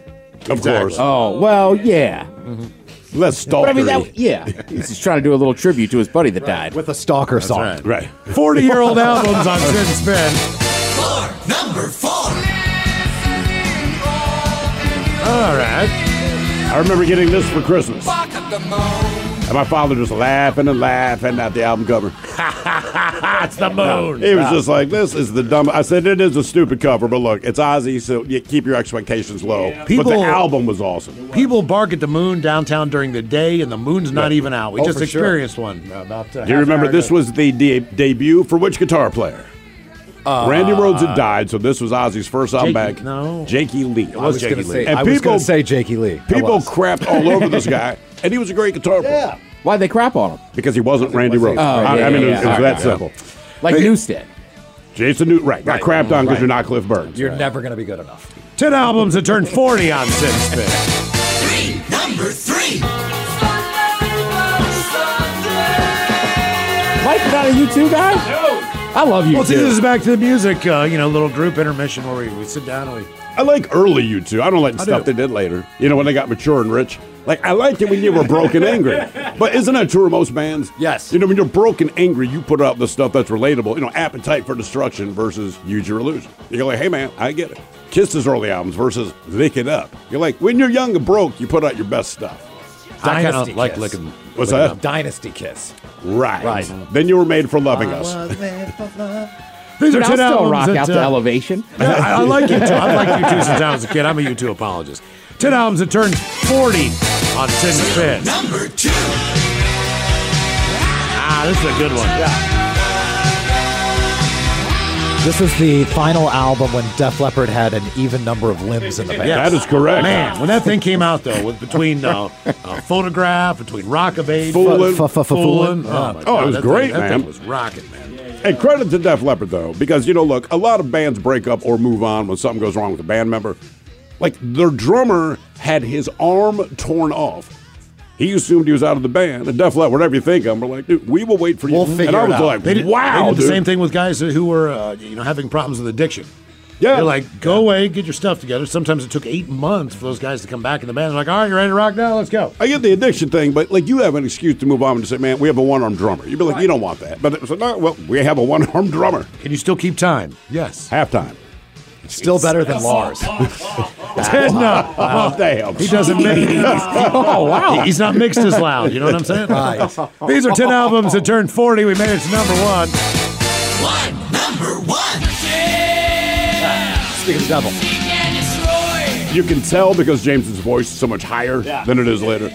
[SPEAKER 4] Of
[SPEAKER 6] course. Oh well, yeah.
[SPEAKER 3] Mm-hmm.
[SPEAKER 4] Less
[SPEAKER 6] But I mean,
[SPEAKER 10] stalkery.
[SPEAKER 6] that, yeah, he's just trying to do a little tribute to his buddy that died
[SPEAKER 10] with a stalker song.
[SPEAKER 6] Right.
[SPEAKER 4] right.
[SPEAKER 3] 40 year old albums on Sin Spin.
[SPEAKER 11] Number four.
[SPEAKER 3] All right.
[SPEAKER 4] I remember getting this for Christmas.
[SPEAKER 11] Fuck up the moon.
[SPEAKER 4] And my father just laughing and laughing at the album cover.
[SPEAKER 3] it's the moon.
[SPEAKER 4] He was just like, "This is the dumb." I said, "It is a stupid cover, but look, it's Ozzy, so you keep your expectations low." but
[SPEAKER 3] People-
[SPEAKER 4] the album was awesome.
[SPEAKER 3] People bark at the moon downtown during the day, and the moon's not
[SPEAKER 4] Yeah.
[SPEAKER 3] even out. We
[SPEAKER 4] Oh,
[SPEAKER 3] just
[SPEAKER 4] for sure.
[SPEAKER 3] experienced one about. Uh,
[SPEAKER 4] Do you
[SPEAKER 3] half
[SPEAKER 4] remember
[SPEAKER 3] hour
[SPEAKER 4] this
[SPEAKER 3] ago.
[SPEAKER 4] was the de- debut for which guitar player?
[SPEAKER 3] Uh,
[SPEAKER 4] Randy Rhodes had died, so this was Ozzy's first album
[SPEAKER 3] Jakey-
[SPEAKER 4] back.
[SPEAKER 3] no.
[SPEAKER 4] Jakey Lee.
[SPEAKER 10] I was gonna say- I was gonna say Jakey Lee. I
[SPEAKER 4] People
[SPEAKER 10] was.
[SPEAKER 4] crapped all over this guy, and he was a great guitar player.
[SPEAKER 6] Why'd they crap on him?
[SPEAKER 4] Because he wasn't Randy Rhodes.
[SPEAKER 6] Oh,
[SPEAKER 4] I,
[SPEAKER 6] yeah, yeah,
[SPEAKER 4] I mean, it was,
[SPEAKER 6] yeah.
[SPEAKER 4] it was
[SPEAKER 6] All
[SPEAKER 4] that
[SPEAKER 6] right, yeah.
[SPEAKER 4] simple.
[SPEAKER 6] like
[SPEAKER 4] Hey,
[SPEAKER 6] Newstead.
[SPEAKER 4] Jason Newt, right? Got
[SPEAKER 10] Right.
[SPEAKER 4] crapped on because
[SPEAKER 10] Right.
[SPEAKER 4] you're not Cliff Burns.
[SPEAKER 10] You're never gonna be good enough.
[SPEAKER 3] Ten albums that turned 40 on Sin Spin.
[SPEAKER 11] Number three.
[SPEAKER 6] Mike, not a U2 guy? No. I love you.
[SPEAKER 3] Well, see,
[SPEAKER 6] too.
[SPEAKER 3] this is back to the music. Uh, you know, little group intermission where we, we sit down and we.
[SPEAKER 4] I like early you two. I don't like the
[SPEAKER 3] I
[SPEAKER 4] stuff
[SPEAKER 3] do.
[SPEAKER 4] they did later. You know, when they got mature and rich. Like, I liked it when you were broke and angry. But isn't that true of most bands? Yes. You know, when you're broke and angry, you put out the stuff that's relatable. You know, Appetite for Destruction versus Use Your Illusion. You're like, hey, man, I get it. Kiss's early albums versus Lick It Up. You're like, when you're young and broke, you put out your best stuff.
[SPEAKER 3] I kinda Dynasty like um, Kiss. Lick 'Em-
[SPEAKER 4] What's
[SPEAKER 3] Lick 'Em
[SPEAKER 4] that?
[SPEAKER 3] Up.
[SPEAKER 10] Dynasty Kiss.
[SPEAKER 4] Right.
[SPEAKER 10] Right.
[SPEAKER 4] Then you were made for loving us.
[SPEAKER 3] These
[SPEAKER 6] Dude, I'll
[SPEAKER 3] are 10
[SPEAKER 6] still
[SPEAKER 3] albums
[SPEAKER 6] rock
[SPEAKER 3] that,
[SPEAKER 6] out to
[SPEAKER 3] uh,
[SPEAKER 6] Elevation.
[SPEAKER 3] Yeah, I, I like you too. I like you too since I was a kid. I'm a U2 apologist. 10 albums that turned 40 on Sin Spin.
[SPEAKER 11] Number two.
[SPEAKER 3] Ah, this is a good one.
[SPEAKER 10] This is the final album when Def Leppard had an even number of limbs in the band.
[SPEAKER 3] Yes.
[SPEAKER 4] correct.
[SPEAKER 3] Man, when that thing came out, though, with, between uh, uh, Photograph, between Rockabade,
[SPEAKER 10] Foolin'.
[SPEAKER 3] Fu- fu- fu- Foolin'.
[SPEAKER 10] Yeah.
[SPEAKER 3] my
[SPEAKER 10] Oh, it
[SPEAKER 3] God,
[SPEAKER 10] was
[SPEAKER 3] that
[SPEAKER 10] great,
[SPEAKER 3] thing, That
[SPEAKER 10] man.
[SPEAKER 3] thing was rocking, man.
[SPEAKER 4] And credit to Def Leppard though, because you know, look, a lot of bands break up or move on when something goes wrong with a band member. Like their drummer had his arm torn off. He assumed he was out of the band, and Def Leppard, whatever you think, of, we're like, dude, we will wait for you.
[SPEAKER 3] We'll figure
[SPEAKER 4] Mm. and I
[SPEAKER 3] it
[SPEAKER 4] was
[SPEAKER 3] out.
[SPEAKER 4] like,
[SPEAKER 3] they did,
[SPEAKER 4] wow,
[SPEAKER 3] They did the
[SPEAKER 4] dude.
[SPEAKER 3] same thing with guys who were, uh, you know, having problems with addiction.
[SPEAKER 4] Yeah,
[SPEAKER 3] they're like, go away, get your stuff together. Sometimes it took eight months for those guys to come back in the band. They're like, all right, you ready to rock now? Let's go.
[SPEAKER 4] I get the addiction thing, but like you have an excuse to move on and say, "Man, we have a one-armed drummer." You'd be like, "You don't want that," but it's like, "No, well, we have a one-armed drummer."
[SPEAKER 3] Can you still keep time? Yes,
[SPEAKER 4] halftime.
[SPEAKER 10] Still better than Lars.
[SPEAKER 3] Ted, no.
[SPEAKER 4] Oh, damn.
[SPEAKER 3] He doesn't mix.
[SPEAKER 4] oh,
[SPEAKER 10] wow.
[SPEAKER 3] He's not mixed as loud. You know what I'm saying?
[SPEAKER 10] Right.
[SPEAKER 3] These are 10 albums that turned 40. We made it to number one.
[SPEAKER 4] Speaking of devil, you can tell because James's voice is so much higher
[SPEAKER 3] Yeah.
[SPEAKER 4] than it is later.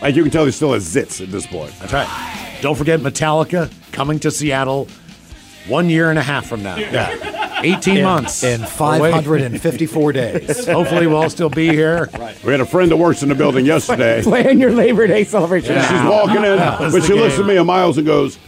[SPEAKER 4] Like you can tell he still has zits at this point.
[SPEAKER 3] That's right. Don't forget Metallica coming to Seattle one year and a half from now. Yeah. 18
[SPEAKER 10] In-
[SPEAKER 3] months.
[SPEAKER 10] in
[SPEAKER 3] away.
[SPEAKER 10] 554 days.
[SPEAKER 3] Hopefully, we'll all still be here.
[SPEAKER 4] We had a friend that works in the building yesterday.
[SPEAKER 6] Plan your Labor Day celebration.
[SPEAKER 4] And she's
[SPEAKER 6] now.
[SPEAKER 4] walking in,
[SPEAKER 6] That was
[SPEAKER 4] but
[SPEAKER 6] the
[SPEAKER 4] she looks
[SPEAKER 6] game.
[SPEAKER 4] at me and Miles and goes,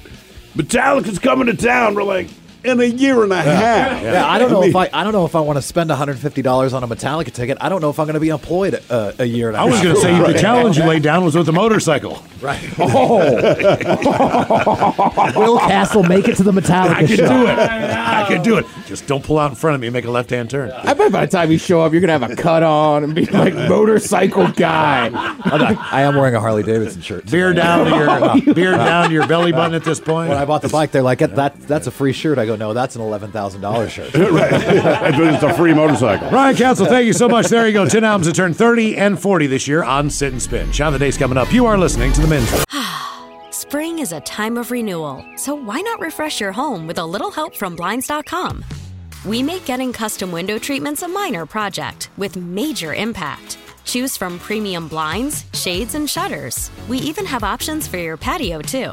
[SPEAKER 4] "Metallica's coming to town." We're like, "In a year and a half."
[SPEAKER 10] Yeah, I don't know
[SPEAKER 4] mean,
[SPEAKER 10] if I, I don't know if I want to spend 150 dollars on a Metallica ticket. I don't know if I'm going to be employed uh, a year. And a
[SPEAKER 3] I was
[SPEAKER 10] half.
[SPEAKER 3] going to say
[SPEAKER 10] Right. Oh.
[SPEAKER 3] the challenge you laid down was with the motorcycle.
[SPEAKER 10] Right.
[SPEAKER 3] Will
[SPEAKER 10] Castle make it to the Metallica
[SPEAKER 3] I can
[SPEAKER 10] show?
[SPEAKER 3] do it. I can do it. Just don't pull out in front of me and make a left hand turn.
[SPEAKER 6] I bet by the time you show up, you're gonna have a cut on and be like motorcycle guy.
[SPEAKER 10] I'm not- I am wearing a Harley Davidson shirt.
[SPEAKER 3] Beer down to your beer down to your belly button at this point.
[SPEAKER 10] When I bought the bike, they're like, "That that's a free shirt." I go, "No, that's an eleven thousand dollars shirt."
[SPEAKER 4] but it's a free motorcycle.
[SPEAKER 3] Ryan Council, thank you so much. There you go. 10 albums that turn 30 and 40 this year on Sit and Spin. Shot of the day's coming up. You are listening to The Men's Room.
[SPEAKER 12] Spring is a time of renewal, so why not refresh your home with a little help from Blinds.com? We make getting custom window treatments a minor project with major impact. Choose from premium blinds, shades, and shutters. We even have options for your patio, too.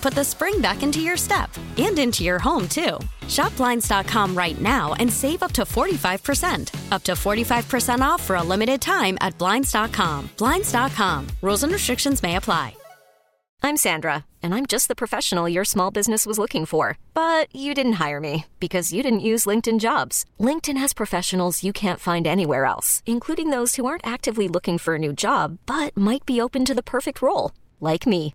[SPEAKER 12] put the spring back into your step and into your home, too. Shop Blinds.com right now and save up to 45%. Up to 45% off for a limited time at Blinds.com. Blinds.com. Rules and restrictions may apply.
[SPEAKER 13] I'm Sandra, and I'm just the professional your small business was looking for. But you didn't hire me because you didn't use LinkedIn jobs. LinkedIn has professionals you can't find anywhere else, including those who aren't actively looking for a new job but might be open to the perfect role, like me.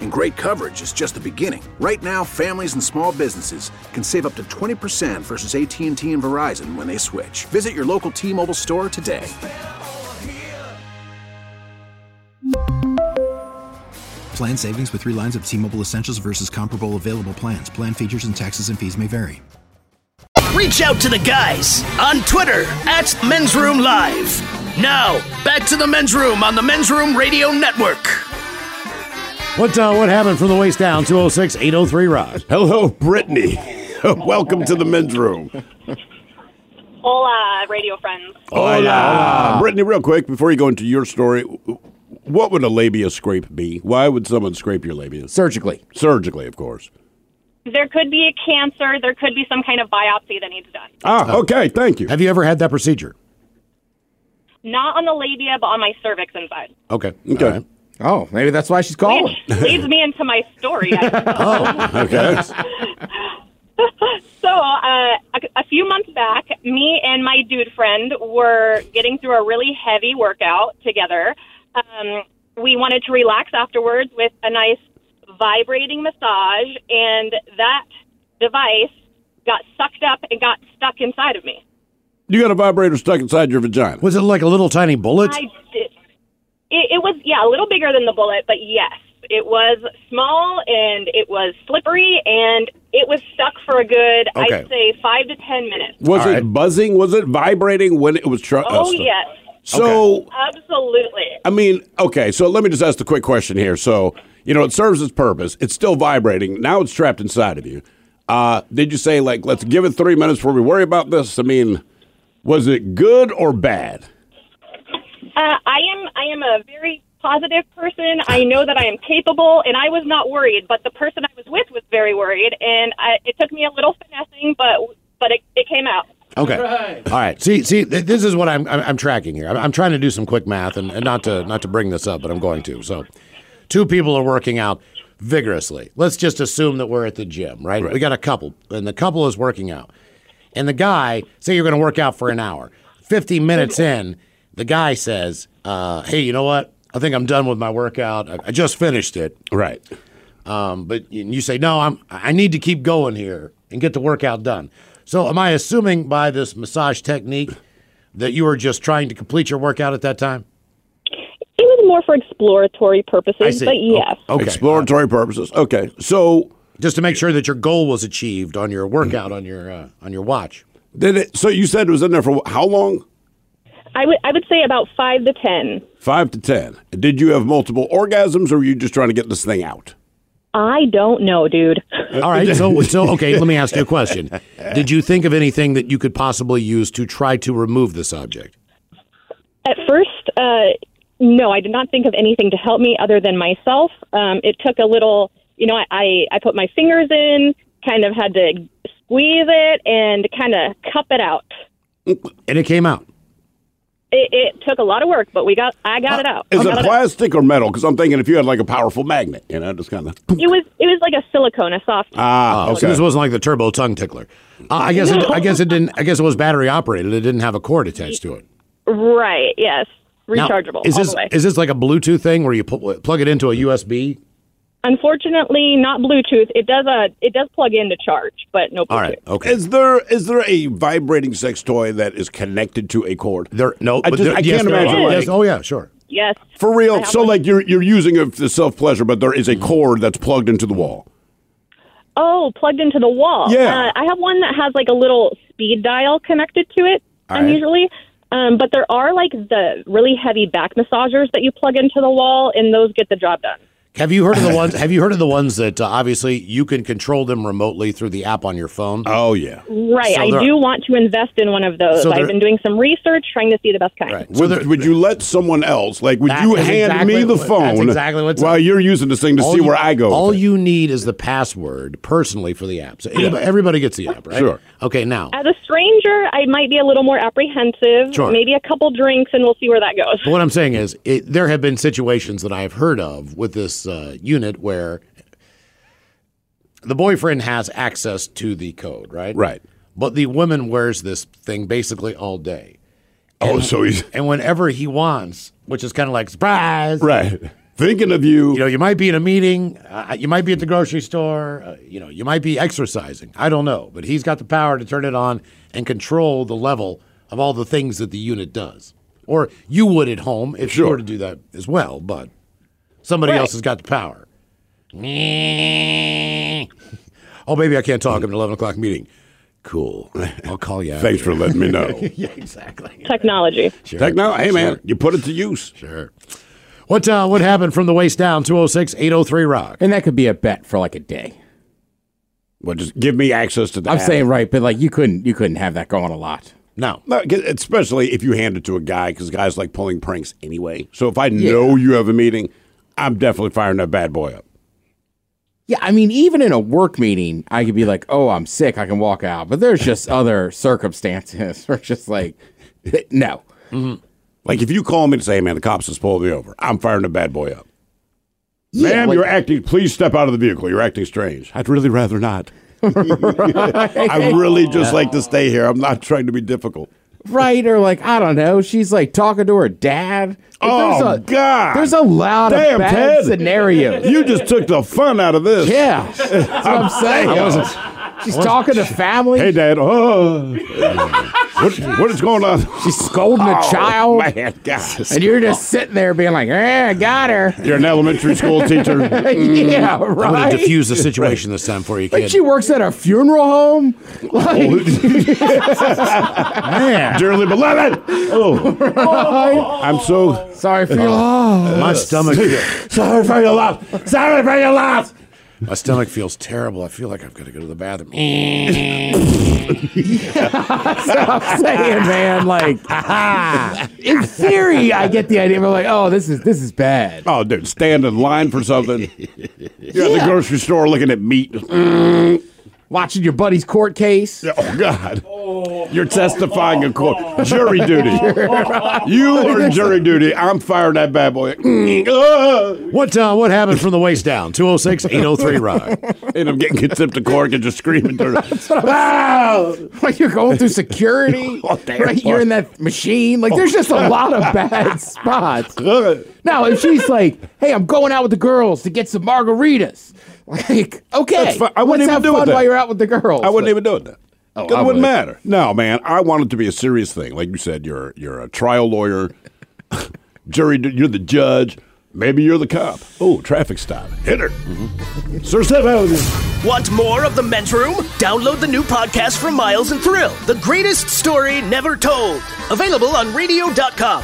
[SPEAKER 14] And great coverage is just the beginning. Right now, families and small businesses can save up to 20% versus AT&T and Verizon when they switch. Visit your local T-Mobile store today.
[SPEAKER 1] Plan savings with three lines of T Mobile Essentials versus comparable available plans. Plan features and taxes and fees may vary.
[SPEAKER 7] Reach out to the guys on Twitter at Men's Room Live. Now, back to the men's room on the Men's Room Radio Network.
[SPEAKER 3] What, uh, what happened from the waist down? 206 803 Rod.
[SPEAKER 4] Hello, Brittany. Welcome to the men's room.
[SPEAKER 15] Hola, uh, radio friends.
[SPEAKER 4] Hola. uh, Brittany, real quick, before you go into your story, what would a labia scrape be? Why would someone scrape your labia?
[SPEAKER 6] Surgically.
[SPEAKER 4] Surgically, of course.
[SPEAKER 15] There could be a cancer. There could be some kind of biopsy that needs done.
[SPEAKER 4] Ah, okay. Thank you.
[SPEAKER 3] Have you ever had that procedure?
[SPEAKER 15] Not on the labia, but on my cervix inside.
[SPEAKER 3] Okay.
[SPEAKER 4] Okay.
[SPEAKER 6] Oh, maybe that's why she's calling.
[SPEAKER 15] Leads me into my story. oh,
[SPEAKER 6] okay.
[SPEAKER 15] So, uh, a, a few months back, me and my dude friend were getting through a really heavy workout together. Um, we wanted to relax afterwards with a nice vibrating massage, and that device got sucked up and got stuck inside of me.
[SPEAKER 4] You got a vibrator stuck inside your vagina.
[SPEAKER 3] Was it like a little tiny bullet?
[SPEAKER 15] I did. It, it was, yeah, a little bigger than the bullet, but yes, it was small and it was slippery and it was stuck for a good,
[SPEAKER 4] Okay.
[SPEAKER 15] I'd say, five to ten minutes.
[SPEAKER 4] Was it buzzing? Was it vibrating when it was uh, trying?
[SPEAKER 15] Oh, yes.
[SPEAKER 4] So
[SPEAKER 15] Absolutely.
[SPEAKER 4] I mean, okay, so let me just ask the quick question here. So, you know, it serves its purpose. It's still vibrating. Now it's trapped inside of you. Uh, did you say, like, let's give it three minutes before we worry about this? I mean, was it good or bad?
[SPEAKER 15] Uh, I am I am a very positive person. I know that I am capable, and I was not worried. But the person I was with was very worried, and I, it took me a little finessing, but but it, it came out.
[SPEAKER 3] Okay. All right. See, see, th- this is what I'm I'm, I'm tracking here. I'm, I'm trying to do some quick math, and, and not to not to bring this up, but I'm going to. So, two people are working out vigorously. Let's just assume that we're at the gym, right? We got a couple, and the couple is working out, and the guy say you're going to work out for an hour. Fifty minutes in, the guy says, uh, "Hey, you know what? I think I'm done with my workout. I, I just finished it."
[SPEAKER 4] Right.
[SPEAKER 3] Um, but y- you say, no, I'm, I need to keep going here and get the workout done. So am I assuming by this massage technique that you were just trying to complete your workout at that time?
[SPEAKER 15] It was more for exploratory
[SPEAKER 3] I
[SPEAKER 15] purposes,
[SPEAKER 3] see.
[SPEAKER 4] Oh,
[SPEAKER 15] but yes.
[SPEAKER 3] O- okay. uh,
[SPEAKER 4] Exploratory purposes. Okay. So
[SPEAKER 3] just to make sure that your goal was achieved on your workout on your uh, on your watch.
[SPEAKER 4] Did it? So you said it was in there for how long?
[SPEAKER 15] I would I would say about five to ten.
[SPEAKER 4] Five to ten. Did you have multiple orgasms or were you just trying to get this thing out?
[SPEAKER 15] I don't know, dude.
[SPEAKER 3] All right. So so okay, let me ask you a question. Did you think of anything that you could possibly use to try to remove this object?
[SPEAKER 15] At first, uh, no, I did not think of anything to help me other than myself. Um, it took a little, you know, I, I, I put my fingers in, kind of had to squeeze it and kind of cup it out.
[SPEAKER 3] And it came out.
[SPEAKER 15] It, it took a lot of work, but we got I
[SPEAKER 3] Uh,
[SPEAKER 15] got it out. I
[SPEAKER 4] Is it
[SPEAKER 15] got it, out.
[SPEAKER 4] plastic or metal? Because I'm thinking if you had like a powerful magnet, you know, just kind of.
[SPEAKER 15] it was it was like a silicone, a soft.
[SPEAKER 4] Ah,
[SPEAKER 3] So this wasn't like the turbo tongue tickler. Uh, I guess it, I guess it didn't. I guess it was battery operated. It didn't have a cord attached to it.
[SPEAKER 15] Right. Yes.
[SPEAKER 3] Now,
[SPEAKER 15] Rechargeable.
[SPEAKER 3] is
[SPEAKER 15] all
[SPEAKER 3] this
[SPEAKER 15] the way.
[SPEAKER 3] is this like a Bluetooth thing where you pl- plug it into a USB?
[SPEAKER 15] Unfortunately, not Bluetooth. It does a it does plug in to charge, but
[SPEAKER 3] Uh,
[SPEAKER 15] no. Bluetooth.
[SPEAKER 3] Oh, Okay.
[SPEAKER 4] Is there is there a vibrating sex toy that is connected to a cord?
[SPEAKER 3] There. No.
[SPEAKER 4] I,
[SPEAKER 3] but
[SPEAKER 4] just,
[SPEAKER 3] there-
[SPEAKER 4] I
[SPEAKER 3] yes,
[SPEAKER 4] can't
[SPEAKER 3] there is.
[SPEAKER 4] imagine. like-
[SPEAKER 3] Yes, oh yeah, sure.
[SPEAKER 15] Yes.
[SPEAKER 4] For real. So like you're you're using it for self pleasure, but there is
[SPEAKER 3] Mm-hmm.
[SPEAKER 4] a cord that's plugged into the wall.
[SPEAKER 15] Oh, plugged into the wall.
[SPEAKER 4] Yeah.
[SPEAKER 15] Uh, I have one that has like a little speed dial connected to it,
[SPEAKER 4] All right.
[SPEAKER 15] unusually. Um, but there are like the really heavy back massagers that you plug into the wall, and those get the job done.
[SPEAKER 3] Have you heard of the ones? Have you heard of the ones that uh, obviously you can control them remotely through the app on your phone?
[SPEAKER 4] Oh yeah.
[SPEAKER 15] Right.
[SPEAKER 3] So
[SPEAKER 15] I
[SPEAKER 3] there-
[SPEAKER 15] do want to invest in one of those.
[SPEAKER 3] So there-
[SPEAKER 15] I've been doing some research trying to see the best kind.
[SPEAKER 4] Would, would you let someone else like would
[SPEAKER 3] That
[SPEAKER 4] you
[SPEAKER 3] is
[SPEAKER 4] hand
[SPEAKER 3] exactly
[SPEAKER 4] me the
[SPEAKER 3] what- that's
[SPEAKER 4] phone
[SPEAKER 3] exactly what's-
[SPEAKER 4] while you're using this thing to
[SPEAKER 3] All
[SPEAKER 4] see
[SPEAKER 3] you-
[SPEAKER 4] where I go? with
[SPEAKER 3] All
[SPEAKER 4] it?
[SPEAKER 3] you need is the password personally for the app. So anybody, everybody gets the app, right?
[SPEAKER 4] Sure.
[SPEAKER 3] Okay. Now,
[SPEAKER 15] As a stranger, I might be a little more apprehensive.
[SPEAKER 3] Sure.
[SPEAKER 15] Maybe a couple drinks, and we'll see where that goes.
[SPEAKER 3] But what I'm saying is, it, there have been situations that I have heard of with this uh, unit where the boyfriend has access to the code, right?
[SPEAKER 4] Right.
[SPEAKER 3] But the woman wears this thing basically all day.
[SPEAKER 4] Oh, so he's-
[SPEAKER 3] and whenever he wants, which is kind of like surprise,
[SPEAKER 4] Right. Thinking of you.
[SPEAKER 3] You know, you might be in a meeting, uh, you might be at the grocery store, uh, you know, you might be exercising. I don't know, but he's got the power to turn it on and control the level of all the things that the unit does. Or you would at home if you were to do that as well, but somebody else has got the power. Oh, baby, I can't talk. I'm at 11 o'clock meeting. Cool. I'll call you. after.
[SPEAKER 4] Thanks for letting me know.
[SPEAKER 3] yeah, exactly.
[SPEAKER 15] Technology.
[SPEAKER 4] Technology. Hey, man, you put it to use.
[SPEAKER 3] Sure. What uh, what happened from the waist down? 206 803 Rock.
[SPEAKER 6] And that could be a bet for like a day.
[SPEAKER 4] Well, just give me access to that.
[SPEAKER 6] I'm saying right, but like you couldn't you couldn't have that going a lot.
[SPEAKER 3] No.
[SPEAKER 4] No, 'cause- especially if you hand it to a guy, because guys like pulling pranks anyway. So if I know you have a meeting, I'm definitely firing that bad boy up.
[SPEAKER 6] Yeah, I mean, even in a work meeting, I could be like, "Oh, I'm sick. I can walk out." But there's just other circumstances. We're just like, th- no.
[SPEAKER 4] Mm-hmm. Like if you call me to say, hey, man, the cops just pulled me over, I'm firing the bad boy up.
[SPEAKER 6] Yeah,
[SPEAKER 4] Ma'am,
[SPEAKER 6] like-
[SPEAKER 4] you're acting, please step out of the vehicle. You're acting strange. I'd really rather not. I really just like to stay here. I'm not trying to be difficult.
[SPEAKER 6] right? Or like, I don't know. She's like talking to her dad. Like,
[SPEAKER 4] Oh,
[SPEAKER 6] there's a,
[SPEAKER 4] God.
[SPEAKER 6] There's a lot
[SPEAKER 4] Damn,
[SPEAKER 6] of bad
[SPEAKER 4] Ted.
[SPEAKER 6] scenarios.
[SPEAKER 4] You just took the fun out of this.
[SPEAKER 6] Yeah, that's what I'm saying.
[SPEAKER 4] Damn.
[SPEAKER 6] I wasn't- she's talking to family.
[SPEAKER 4] Hey, Dad. Oh. What, what is going on?
[SPEAKER 6] She's scolding a
[SPEAKER 4] Oh,
[SPEAKER 6] child.
[SPEAKER 4] Man, God.
[SPEAKER 6] And you're just sitting there being like, eh, I got her.
[SPEAKER 4] You're an elementary school teacher.
[SPEAKER 6] yeah,
[SPEAKER 3] Mm. I'm
[SPEAKER 6] right.
[SPEAKER 3] going to diffuse the situation this time for you,
[SPEAKER 6] Like
[SPEAKER 3] kid.
[SPEAKER 6] she works at a funeral home.
[SPEAKER 3] Man.
[SPEAKER 4] Dearly beloved. Oh. I'm so
[SPEAKER 6] sorry
[SPEAKER 3] for your loss. My stomach-
[SPEAKER 4] sorry for your loss. Sorry for your loss.
[SPEAKER 3] My stomach feels terrible. I feel like I've got to go to the bathroom.
[SPEAKER 6] I'm saying, man, like,
[SPEAKER 4] Ah.
[SPEAKER 6] in theory, I get the idea. But like, oh, this is this is bad.
[SPEAKER 4] Oh, dude, stand in line for something. You're at the
[SPEAKER 6] Yeah. Mm.
[SPEAKER 4] grocery store looking at meat.
[SPEAKER 6] Watching your buddy's court case.
[SPEAKER 4] Oh God. You're testifying in court. Jury duty. You are jury duty. I'm firing that bad boy. Mm.
[SPEAKER 3] what uh, what happened from the waist down? 206 803 Rod.
[SPEAKER 4] And I'm getting contempt of court and just screaming. That's
[SPEAKER 6] what
[SPEAKER 4] I'm
[SPEAKER 6] Like you're going through security. right? You're in that machine. Like there's just a
[SPEAKER 4] Oh.
[SPEAKER 6] lot of bad spots. Now, if she's like, hey, I'm going out with the girls to get some margaritas. Like, okay.
[SPEAKER 4] That's fine. I wouldn't
[SPEAKER 6] let's
[SPEAKER 4] even
[SPEAKER 6] have
[SPEAKER 4] do it
[SPEAKER 6] fun
[SPEAKER 4] then.
[SPEAKER 6] while you're out with the girls.
[SPEAKER 4] I wouldn't
[SPEAKER 6] But-
[SPEAKER 4] even do it then.
[SPEAKER 6] Oh,
[SPEAKER 4] it
[SPEAKER 6] I
[SPEAKER 4] wouldn't
[SPEAKER 6] would.
[SPEAKER 4] matter. No, man. I want it to be a serious thing. Like you said, you're you're a trial lawyer, jury. You're the judge. Maybe you're the cop. Oh, traffic stop. Hit her. Sir, step out of this.
[SPEAKER 7] Want more of the men's room? Download the new podcast from Miles and Thrill, The Greatest Story Never Told. Available on radio.com.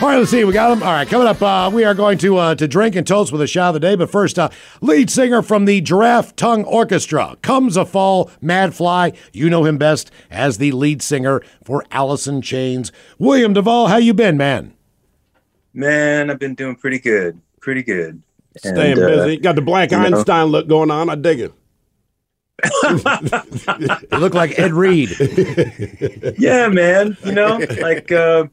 [SPEAKER 3] All right, let's see. We got them. All right, coming up, uh, we are going to uh, to drink and toast with a shot of the day. But first, uh, lead singer from the Giraffe Tongue Orchestra comes a fall, Mad Fly. You know him best as the lead singer for Alice in Chains. William Duvall, how you been, man?
[SPEAKER 16] Man, I've been doing pretty good. Pretty good.
[SPEAKER 4] Staying
[SPEAKER 16] And, uh,
[SPEAKER 4] busy. Got the black
[SPEAKER 16] you know,
[SPEAKER 4] Einstein look going on. I dig it.
[SPEAKER 3] You look like Ed Reed.
[SPEAKER 16] yeah, man. You know, like, uh,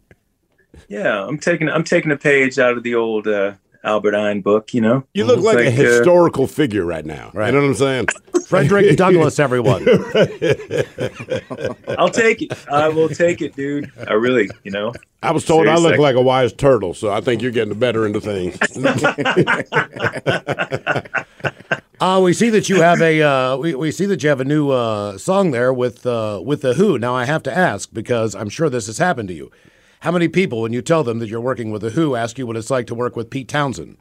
[SPEAKER 16] yeah, I'm taking I'm taking a page out of the old uh, Albert Ein book. You know,
[SPEAKER 4] You look
[SPEAKER 16] It's
[SPEAKER 4] like, a
[SPEAKER 16] uh,
[SPEAKER 4] historical figure right now. Right. You know what I'm saying?
[SPEAKER 3] Frederick Douglass, everyone.
[SPEAKER 16] I'll take it. I will take it, dude. I really, you know.
[SPEAKER 4] I was told I look
[SPEAKER 16] Seriously.
[SPEAKER 4] like a wise turtle, so I think you're getting the better into things.
[SPEAKER 3] Uh, we see that you have a uh, we, we see that you have a new uh, song there with uh, with the Who. Now I have to ask because I'm sure this has happened to you. How many people, when you tell them that you're working with the Who, ask you what it's like to work with Pete Townsend?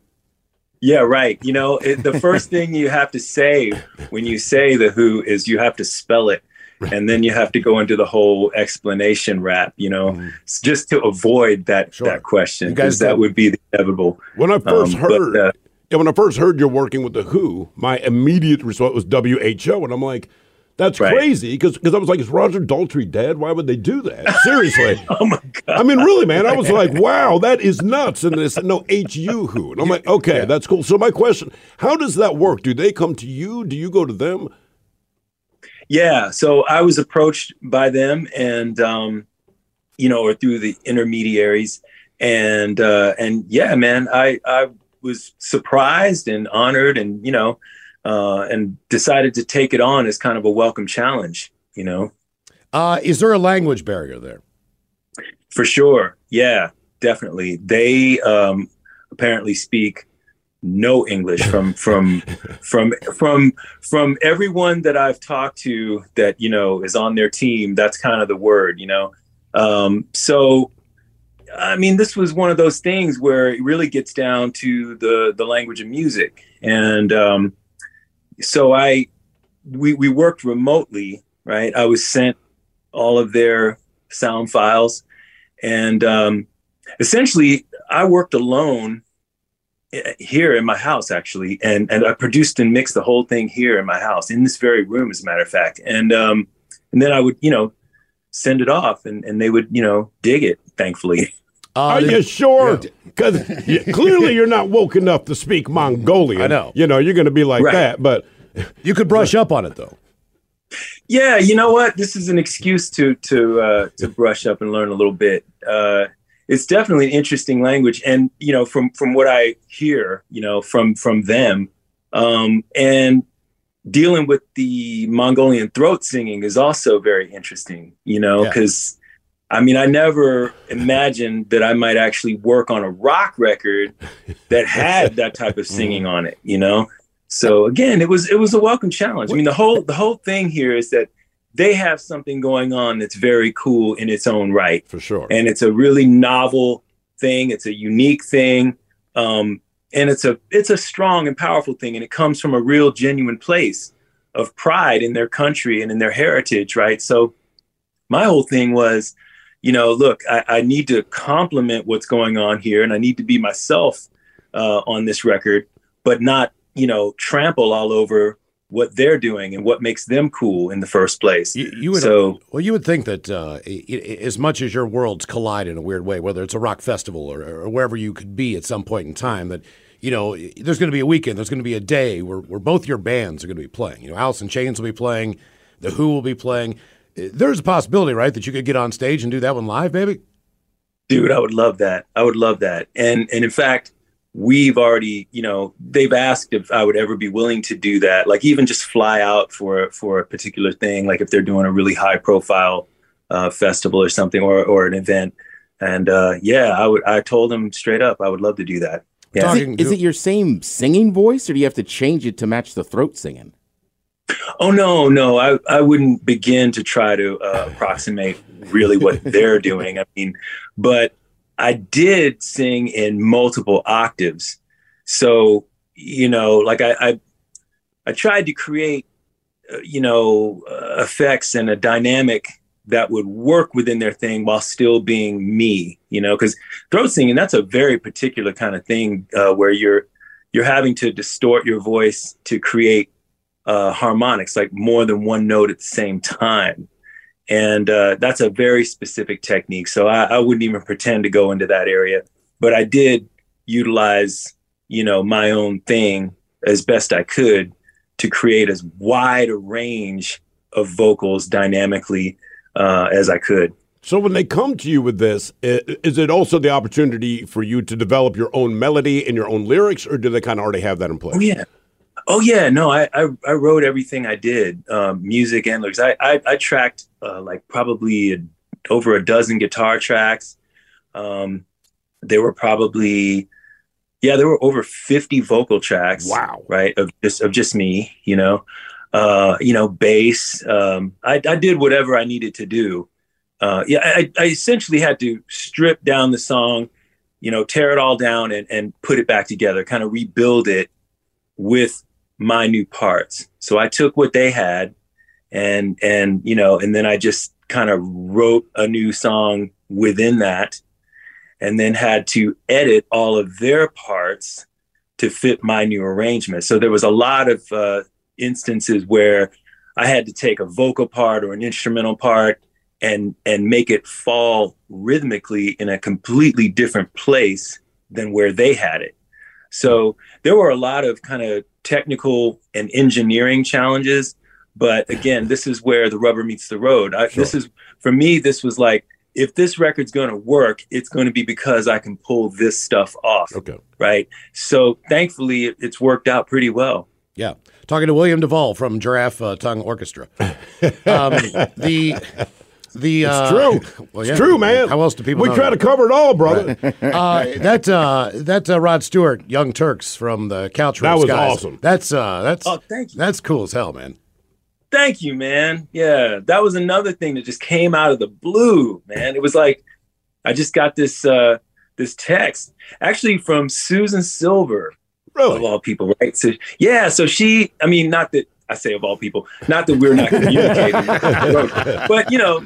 [SPEAKER 16] Yeah, right. You know, it, the first thing you have to say when you say the who is you have to spell it. And then you have to go into the whole explanation rap, you know, s- just to avoid that that question
[SPEAKER 4] Mm-hmm. You guys
[SPEAKER 16] because that
[SPEAKER 4] don't-
[SPEAKER 16] would be the inevitable.
[SPEAKER 4] When I first
[SPEAKER 16] Um, but,
[SPEAKER 4] heard,
[SPEAKER 16] uh,
[SPEAKER 4] yeah, when I first heard you're working with the Who, my immediate response was WHO, and I'm like, that's
[SPEAKER 16] Right.
[SPEAKER 4] crazy because I was like, is Roger Daltrey dead? Why would they do that? Seriously. oh my god. I mean, really, man. I was like, wow, that is nuts. And they said, no, HU Who, and I'm like, okay, that's cool. So my question, how does that work? Do they come to you? Do you go to them?
[SPEAKER 16] Yeah. So I was approached by them and, um, you know, or through the intermediaries. And, uh, and yeah, man, I, I was surprised and honored and, you know, uh, and decided to take it on as kind of a welcome challenge, you know,
[SPEAKER 3] Uh, is there a language barrier there?
[SPEAKER 16] for sure. Yeah, definitely. They, um, apparently speak no English from, from, from, from, from everyone that I've talked to that, you know, is on their team. That's kind of the word, you know, Um, so, I mean, this was one of those things where it really gets down to the the language of music, and um, so I we we worked remotely, right? I was sent all of their sound files, and um, essentially, I worked alone i- here in my house actually and and I produced and mixed the whole thing here in my house in this very room as a matter of fact and um and then I would you know send it off and, and they would, you know, dig it, thankfully.
[SPEAKER 3] Uh,
[SPEAKER 4] Are you sure? Because clearly you're not woke enough to speak Mongolian. I know. You know, you're going to be like
[SPEAKER 16] Right.
[SPEAKER 4] that, but
[SPEAKER 3] you could brush up on it though.
[SPEAKER 16] Yeah, you know what? This is an excuse to to uh, to brush up and learn a little bit. Uh, it's definitely an interesting language, and you know, from from what I hear, you know, from from them, um, and dealing with the Mongolian throat singing is also very interesting. You know,
[SPEAKER 17] Yeah.
[SPEAKER 16] because I mean, I never imagined that I might actually work on a rock record that had that type of singing on it. You know, so again, it was it was a welcome challenge. I mean, the whole the whole thing here is that they have something going on that's very cool in its own right.
[SPEAKER 4] For sure.
[SPEAKER 16] And it's a really novel thing. It's a unique thing. Um, and it's a it's a strong and powerful thing. And it comes from a real genuine place of pride in their country and in their heritage, right? So my whole thing was, you know, look, I, I need to compliment what's going on here and I need to be myself uh, on this record, but not, you know, trample all over what they're doing and what makes them cool in the first place.
[SPEAKER 3] You, you would,
[SPEAKER 16] so,
[SPEAKER 3] well, you would think that uh, i i as much as your worlds collide in a weird way, whether it's a rock festival or, or wherever you could be at some point in time, that you know i- there's going to be a weekend, there's going to be a day where, where both your bands are going to be playing. You know, Alice in Chains will be playing, The Who will be playing. Uh, There's a possibility, right, that you could get on stage and do that one live, baby.
[SPEAKER 16] dude, I would love that. I would love that. And and in fact, we've already, you know, they've asked if I would ever be willing to do that. Like even just fly out for for a particular thing, like if they're doing a really high profile uh, festival or something or or an event. And uh, yeah, I would. I told them straight up, I would love to do that. Yeah.
[SPEAKER 6] Is, it, is it your same singing voice, or do you have to change it to match the throat singing?
[SPEAKER 16] Oh no, no, I, I wouldn't begin to try to uh, approximate really what they're doing. I mean, but I did sing in multiple octaves, so you know, like I I, I tried to create, uh, you know, uh, effects and a dynamic that would work within their thing while still being me. You know, because throat singing that's a very particular kind of thing uh, where you're you're having to distort your voice to create uh, harmonics, like more than one note at the same time. And uh, that's a very specific technique. So I, I wouldn't even pretend to go into that area. But I did utilize, you know, my own thing as best I could to create as wide a range of vocals dynamically uh, as I could.
[SPEAKER 4] So when they come to you with this, i- is it also the opportunity for you to develop your own melody and your own lyrics, or do they kind of already have that in place?
[SPEAKER 16] Oh yeah, oh yeah. No, I I, I wrote everything I did, um, music and lyrics. I I, I tracked uh, like probably a, over a dozen guitar tracks. Um, there were probably yeah, there were over fifty vocal tracks. Wow, right of just of just me, you know, uh, you know, bass. Um, I I did whatever I needed to do. Uh, yeah, I, I essentially had to strip down the song, you know, tear it all down and, and put it back together, kind of rebuild it with my new parts. So I took what they had and and you know, and then I just kind of wrote a new song within that and then had to edit all of their parts to fit my new arrangement. So there was a lot of uh, instances where I had to take a vocal part or an instrumental part and and make it fall rhythmically in a completely different place than where they had it. So there were a lot of kind of technical and engineering challenges. But again, this is where the rubber meets the road. I, This is for me. This was like if this record's going to work, it's going to be because I can pull this stuff off.
[SPEAKER 4] Okay.
[SPEAKER 16] Right. So thankfully, it, it's worked out pretty well.
[SPEAKER 3] Yeah, talking to William Duvall from Giraffe uh, Tongue Orchestra. Um, the the
[SPEAKER 9] It's
[SPEAKER 3] uh,
[SPEAKER 9] true.
[SPEAKER 3] well,
[SPEAKER 9] It's
[SPEAKER 3] yeah,
[SPEAKER 9] true, man.
[SPEAKER 3] How else do people?
[SPEAKER 9] We
[SPEAKER 3] know
[SPEAKER 9] try to
[SPEAKER 3] that?
[SPEAKER 9] cover it all, brother.
[SPEAKER 3] Right. uh, that uh, that uh, Rod Stewart, Young Turks from the Couch.
[SPEAKER 9] That
[SPEAKER 3] Roots
[SPEAKER 9] was
[SPEAKER 3] guys.
[SPEAKER 9] awesome.
[SPEAKER 3] That's uh, that's
[SPEAKER 16] Oh, thank
[SPEAKER 3] you. That's cool as hell, man.
[SPEAKER 16] Thank you, man. Yeah, that was another thing that just came out of the blue, man. It was like I just got this uh, this text actually from Susan Silver,
[SPEAKER 4] really?
[SPEAKER 16] of all people, right? So yeah, so she, I mean, not that I say of all people, not that we're not communicating, but you know,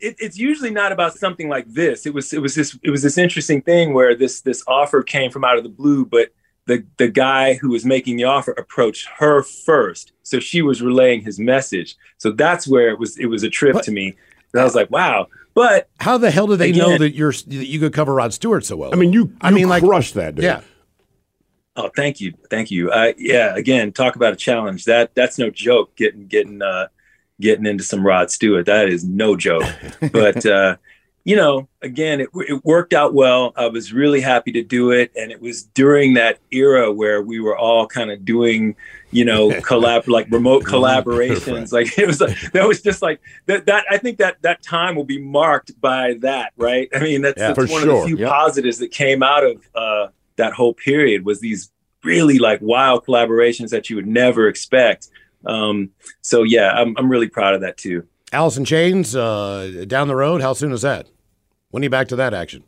[SPEAKER 16] it, it's usually not about something like this. It was it was this it was this interesting thing where this this offer came from out of the blue, but the the guy who was making the offer approached her first, so she was relaying his message. So that's where it was it was a trip to me. And I was like, wow. But
[SPEAKER 3] how the hell do they know
[SPEAKER 16] Again-
[SPEAKER 3] that you're that you could cover Rod Stewart so well? I
[SPEAKER 4] mean, you.
[SPEAKER 3] I mean, like
[SPEAKER 4] crush that, dude.
[SPEAKER 3] Yeah,
[SPEAKER 16] Oh, thank you, thank you. I yeah, again, talk about a challenge. That that's no joke. Getting getting uh, getting into some Rod Stewart. That is no joke. But uh, you know, again, it it worked out well. I was really happy to do it, and it was during that era where we were all kind of doing, you know, collab like remote collaborations. Like it was like, that was just like that. That I think that that time will be marked by that, right? I mean, that's,
[SPEAKER 4] Yeah,
[SPEAKER 16] that's
[SPEAKER 4] for
[SPEAKER 16] one
[SPEAKER 4] sure.
[SPEAKER 16] of the few
[SPEAKER 4] Yep.
[SPEAKER 16] positives that came out of uh, that whole period was these really like wild collaborations that you would never expect. Um, so yeah, I'm I'm really proud of that too.
[SPEAKER 3] Alice in Chains uh, down the road. How soon is that? When are you back to that action?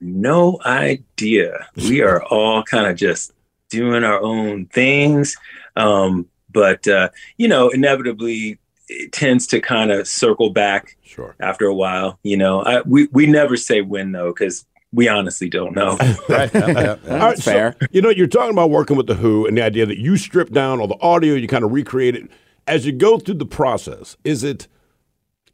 [SPEAKER 16] No idea. We are all kind of just doing our own things. Um, but, uh, you know, inevitably it tends to kind of circle back
[SPEAKER 4] sure.
[SPEAKER 16] after a while. You know, I, we, we never say when, though, because we honestly don't know.
[SPEAKER 4] All right, so, you know, you're talking about working with the Who and the idea that you strip down all the audio, you kind of recreate it. As you go through the process, is it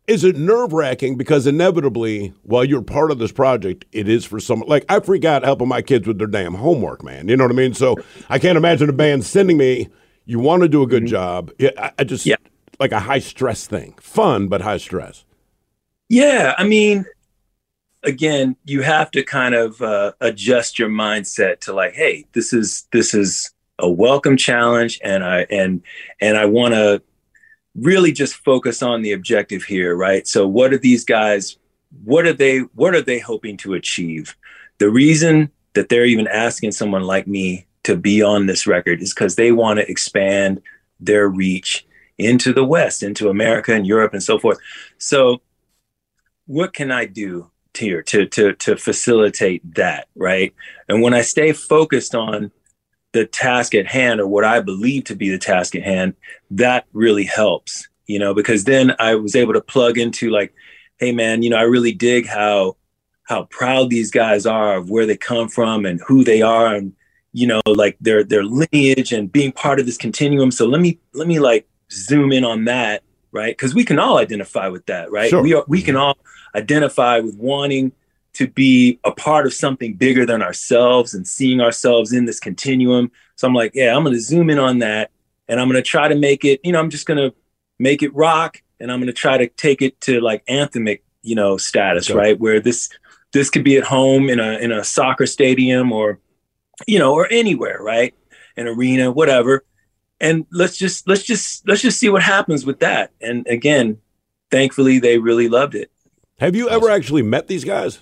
[SPEAKER 4] is it nerve wracking because inevitably, while you're part of this project, it is for someone like I freak out helping my kids with their damn homework, man. You know what I mean? So I can't imagine a band sending me. You want to do a good job. Yeah, I, I just like a high stress thing, fun but high stress.
[SPEAKER 16] Yeah, I mean, again, you have to kind of uh, adjust your mindset to like, hey, this is this is a welcome challenge, and I and and I want to really just focus on the objective here, right? So, what are these guys? What are they? What are they hoping to achieve? The reason that they're even asking someone like me to be on this record is because they want to expand their reach into the West, into America and Europe and so forth. So, what can I do here to to to facilitate that, right? And when I stay focused on the task at hand or what I believe to be the task at hand, that really helps, you know, because then I was able to plug into like, hey man, you know, I really dig how how proud these guys are of where they come from and who they are and you know like their their lineage and being part of this continuum so let me let me like zoom in on that right because we can all identify with that right
[SPEAKER 4] Sure.
[SPEAKER 16] we are, we can all identify with wanting to be a part of something bigger than ourselves and seeing ourselves in this continuum so i'm like yeah i'm going to zoom in on that and i'm going to try to make it you know i'm just going to make it rock and i'm going to try to take it to like anthemic you know status
[SPEAKER 4] Sure.
[SPEAKER 16] right where this this could be at home in a in a soccer stadium or you know or anywhere right an arena whatever and let's just let's just let's just see what happens with that and again thankfully they really loved it
[SPEAKER 4] Have you ever actually met these guys?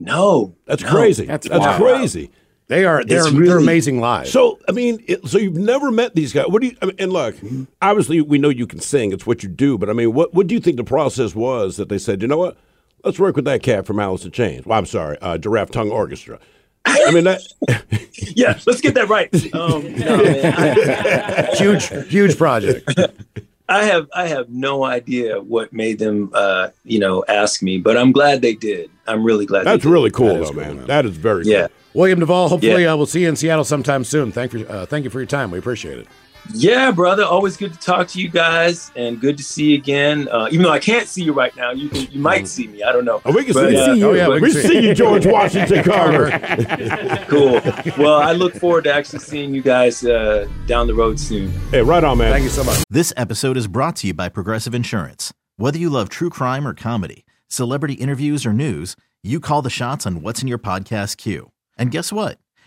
[SPEAKER 16] No,
[SPEAKER 4] that's
[SPEAKER 16] no.
[SPEAKER 4] crazy. That's,
[SPEAKER 16] That's wild.
[SPEAKER 4] crazy.
[SPEAKER 3] They are they're, they're amazing live.
[SPEAKER 4] So I mean, it, so you've never met these guys. What do you? I mean, and look, obviously we know you can sing; it's what you do. But I mean, what what do you think the process was that they said? You know what? Let's work with that cat from Alice in Chains. Well, I'm sorry, uh, Giraffe Tongue Orchestra. I mean that.
[SPEAKER 16] yeah, let's get that right. Um, no, man.
[SPEAKER 3] huge, huge project.
[SPEAKER 16] I have I have no idea what made them uh, you know ask me, but I'm glad they did. I'm really glad.
[SPEAKER 3] That's
[SPEAKER 16] they did.
[SPEAKER 3] really cool, though,
[SPEAKER 4] man. That is very
[SPEAKER 16] yeah.
[SPEAKER 3] William Duvall, hopefully
[SPEAKER 16] Yeah.
[SPEAKER 3] uh, we'll see you in Seattle sometime soon. Thank for uh, thank you for your time. We appreciate it.
[SPEAKER 16] Yeah, brother. Always good to talk to you guys, and good to see you again. Uh, even though I can't see you right now, you can, you might see me. I don't know. uh,
[SPEAKER 4] Oh, we can see you. Oh, yeah, we can We see see you. you, George Washington Carver.
[SPEAKER 16] cool. Well, I look forward to actually seeing you guys uh, down the road soon.
[SPEAKER 4] Hey, right on, man.
[SPEAKER 16] Thank you so much.
[SPEAKER 17] This episode is brought to you by Progressive Insurance. Whether you love true crime or comedy, celebrity interviews or news, you call the shots on what's in your podcast queue. And guess what?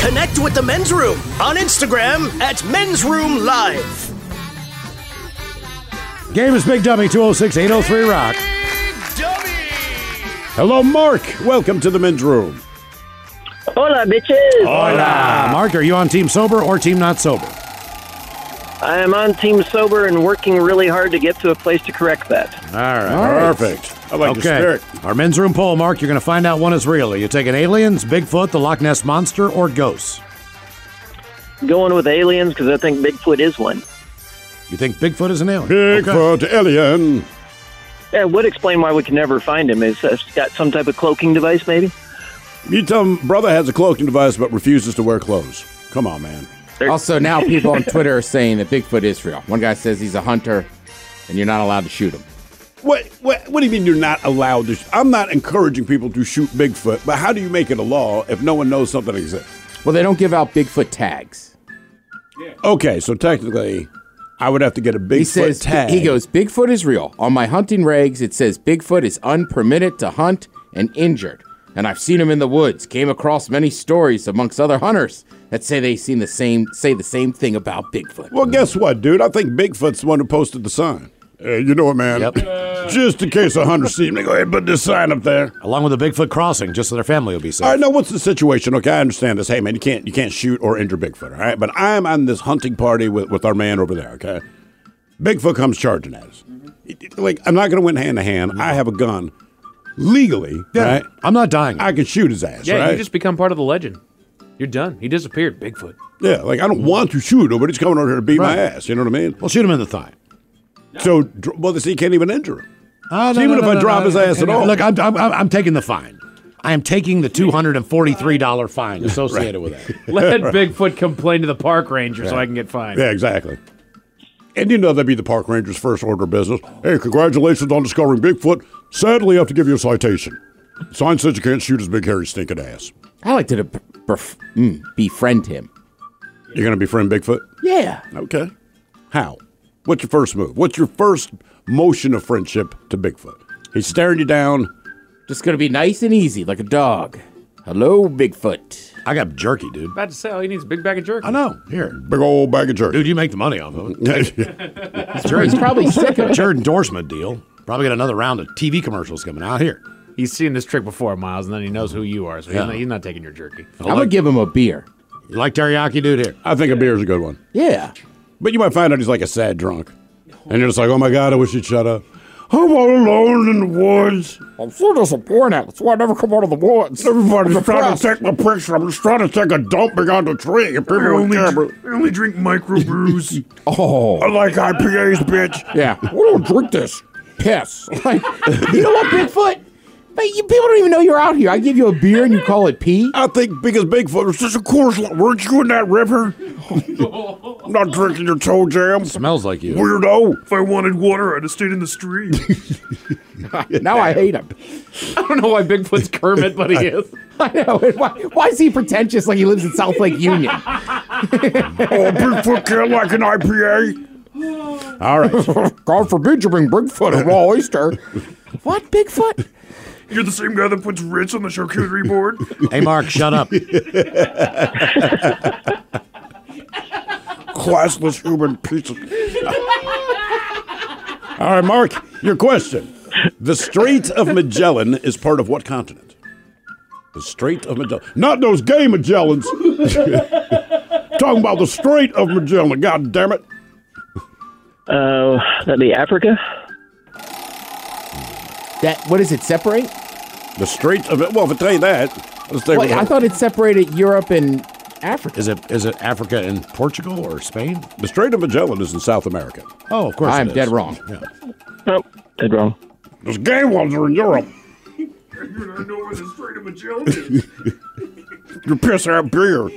[SPEAKER 7] Connect with the men's room on Instagram at men's room live.
[SPEAKER 3] Game is Big Dummy 206 803 Rock.
[SPEAKER 4] Hello, Mark. Welcome to the men's room.
[SPEAKER 18] Hola, bitches.
[SPEAKER 3] Hola. Mark, are you on Team Sober or Team Not Sober?
[SPEAKER 18] I am on Team Sober and working really hard to get to a place to correct that.
[SPEAKER 3] All right.
[SPEAKER 18] All right.
[SPEAKER 3] Perfect.
[SPEAKER 18] I like the spirit.
[SPEAKER 3] Our men's room poll, Mark, you're going to find out one is real. Are you taking aliens, Bigfoot, the Loch Ness Monster, or ghosts?
[SPEAKER 18] Going with aliens because I think Bigfoot is one.
[SPEAKER 3] You think Bigfoot is an alien?
[SPEAKER 4] Bigfoot alien.
[SPEAKER 18] Yeah, it would explain why we can never find him. Is uh, got some type of cloaking device, maybe?
[SPEAKER 4] You tell him brother has a cloaking device but refuses to wear clothes. Come on, man.
[SPEAKER 6] Also, now people on Twitter are saying that Bigfoot is real. One guy says he's a hunter, and you're not allowed to shoot him.
[SPEAKER 4] What, what, what do you mean you're not allowed to? Sh- I'm not encouraging people to shoot Bigfoot, but how do you make it a law if no one knows something exists?
[SPEAKER 6] Well, they don't give out Bigfoot tags.
[SPEAKER 4] Okay, so technically, I would have to get a Bigfoot
[SPEAKER 6] he says
[SPEAKER 4] tag.
[SPEAKER 6] he goes. Bigfoot is real. On my hunting regs, it says Bigfoot is unpermitted to hunt and injured. And I've seen him in the woods. Came across many stories amongst other hunters that say they've seen the same say the same thing about Bigfoot.
[SPEAKER 4] Well, guess what, dude? I think Bigfoot's the one who posted the sign. Hey, you know it, man. just in case a hunter sees me, go ahead and put this sign up there.
[SPEAKER 3] Along with a Bigfoot crossing, just so their family will be safe.
[SPEAKER 4] All right, now what's the situation? Okay, I understand this. Hey, man, you can't you can't shoot or injure Bigfoot. All right, but I'm on this hunting party with, with our man over there. Okay, Bigfoot comes charging at us. Like I'm not going to win hand to hand. I have a gun legally. Right?
[SPEAKER 3] I'm not dying.
[SPEAKER 4] I can shoot his ass.
[SPEAKER 19] Yeah,
[SPEAKER 4] right?
[SPEAKER 19] you just become part of the legend. You're done. He disappeared, Bigfoot.
[SPEAKER 4] Yeah, like I don't want to shoot him, but he's coming over here to beat
[SPEAKER 19] Right.
[SPEAKER 4] my ass. You know what I mean?
[SPEAKER 3] Well, shoot him in the thigh.
[SPEAKER 4] So, dr- well, see, he can't even injure him.
[SPEAKER 3] Ah,
[SPEAKER 4] So even if I drop his ass
[SPEAKER 3] hang
[SPEAKER 4] at
[SPEAKER 3] on.
[SPEAKER 4] all.
[SPEAKER 3] Look, I'm, I'm, I'm I'm taking the fine. I am taking the $243 fine associated with that.
[SPEAKER 19] Let Bigfoot complain to the park ranger so
[SPEAKER 4] Yeah.
[SPEAKER 19] I can get fined.
[SPEAKER 4] Yeah, exactly. And you know that'd be the park ranger's first order of business. Hey, congratulations on discovering Bigfoot. Sadly, I have to give you a citation. Sign says you can't shoot his big hairy stinking ass.
[SPEAKER 6] I like to bef- befriend him.
[SPEAKER 4] You're gonna befriend Bigfoot?
[SPEAKER 6] Yeah.
[SPEAKER 4] Okay. How? What's your first move? What's your first motion of friendship to Bigfoot? He's staring you down.
[SPEAKER 6] Just gonna be nice and easy, like a dog. Hello, Bigfoot.
[SPEAKER 3] I got jerky, dude.
[SPEAKER 19] About to say, all he needs is a big bag of jerky.
[SPEAKER 3] I know. Here.
[SPEAKER 4] Big old bag of jerky.
[SPEAKER 3] Dude, you make the money off of it.
[SPEAKER 19] He's probably sick of it.
[SPEAKER 3] Your endorsement deal. Probably got another round of TV commercials coming out here.
[SPEAKER 19] He's seen this trick before, Miles, and then he knows who you are, so
[SPEAKER 3] Yeah.
[SPEAKER 19] he's, not, he's not taking your jerky.
[SPEAKER 6] give him a beer.
[SPEAKER 3] You like teriyaki, dude? Here.
[SPEAKER 4] I think a beer is a good one.
[SPEAKER 6] Yeah.
[SPEAKER 4] But you might find out he's like a sad drunk, and you're just like, oh my god, I wish he'd shut up. I'm all alone in the woods.
[SPEAKER 6] I'm so disappointed. That's why I never come out of the woods.
[SPEAKER 4] Everybody's
[SPEAKER 6] I'm
[SPEAKER 4] trying
[SPEAKER 6] depressed.
[SPEAKER 4] to take my picture. I'm just trying to take a dump behind the tree. And people
[SPEAKER 6] I only-
[SPEAKER 4] only drink microbrews.
[SPEAKER 6] oh.
[SPEAKER 4] I like IPAs, bitch.
[SPEAKER 6] Yeah. We don't drink this piss. Like, you know what, Bigfoot? But you people don't even know you're out here. I give you a beer and you call it pee.
[SPEAKER 4] I think because Bigfoot was just a course. Weren't you in that river? I'm not drinking your toe jam.
[SPEAKER 3] smells like you.
[SPEAKER 4] Weirdo.
[SPEAKER 20] If I wanted water, I'd have stayed in the street.
[SPEAKER 6] now I hate him.
[SPEAKER 19] I don't know why Bigfoot's Kermit, but he is.
[SPEAKER 6] I know. And why, why is he pretentious like he lives in South Lake Union?
[SPEAKER 4] oh, Bigfoot can't like an IPA. All right.
[SPEAKER 6] God forbid you bring Bigfoot a raw oyster. What, Bigfoot?
[SPEAKER 20] You're the same guy that puts Ritz on the charcuterie board.
[SPEAKER 3] Hey, Mark, shut up.
[SPEAKER 4] Classless human piece of. All right, Mark, your question. The Strait of Magellan is part of what continent? The Strait of Magellan. Not those gay Magellans. Talking about the Strait of Magellan, god damn it.
[SPEAKER 18] Uh, that'd be Africa.
[SPEAKER 6] That what does it separate?
[SPEAKER 4] The Strait of well, if I tell you that, let's take
[SPEAKER 6] Wait, I thought it separated Europe and Africa.
[SPEAKER 3] Is it is it Africa and Portugal or Spain?
[SPEAKER 4] The Strait of Magellan is in South America.
[SPEAKER 3] Oh, of course.
[SPEAKER 6] I'm
[SPEAKER 3] it is.
[SPEAKER 6] dead wrong.
[SPEAKER 3] Yeah.
[SPEAKER 18] Nope, dead wrong.
[SPEAKER 4] Those gay ones are in Europe.
[SPEAKER 20] You're not know where the Strait of Magellan is.
[SPEAKER 4] You piss out beer.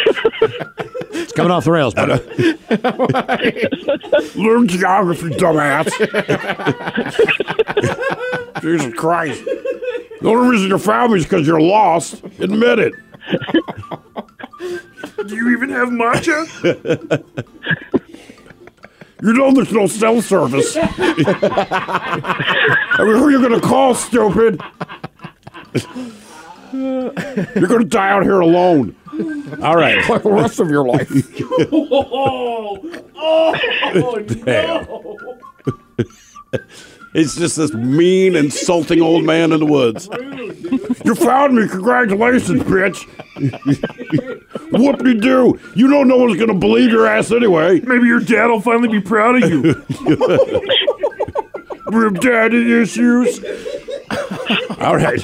[SPEAKER 3] It's coming off the rails, brother.
[SPEAKER 4] Learn geography, dumbass. Jesus Christ. The only reason you're found me is because you're lost. Admit it.
[SPEAKER 20] Do you even have matcha?
[SPEAKER 4] You know there's no cell service. I mean, who are you going to call, stupid? You're going to die out here alone. All right.
[SPEAKER 6] For the rest of your life.
[SPEAKER 19] oh, oh,
[SPEAKER 4] Damn. It's just this mean, insulting old man in the woods. You found me. Congratulations, bitch. Whoop de doo. You know no one's going to believe your ass anyway. Maybe your dad will finally be proud of you. Room daddy issues. All right.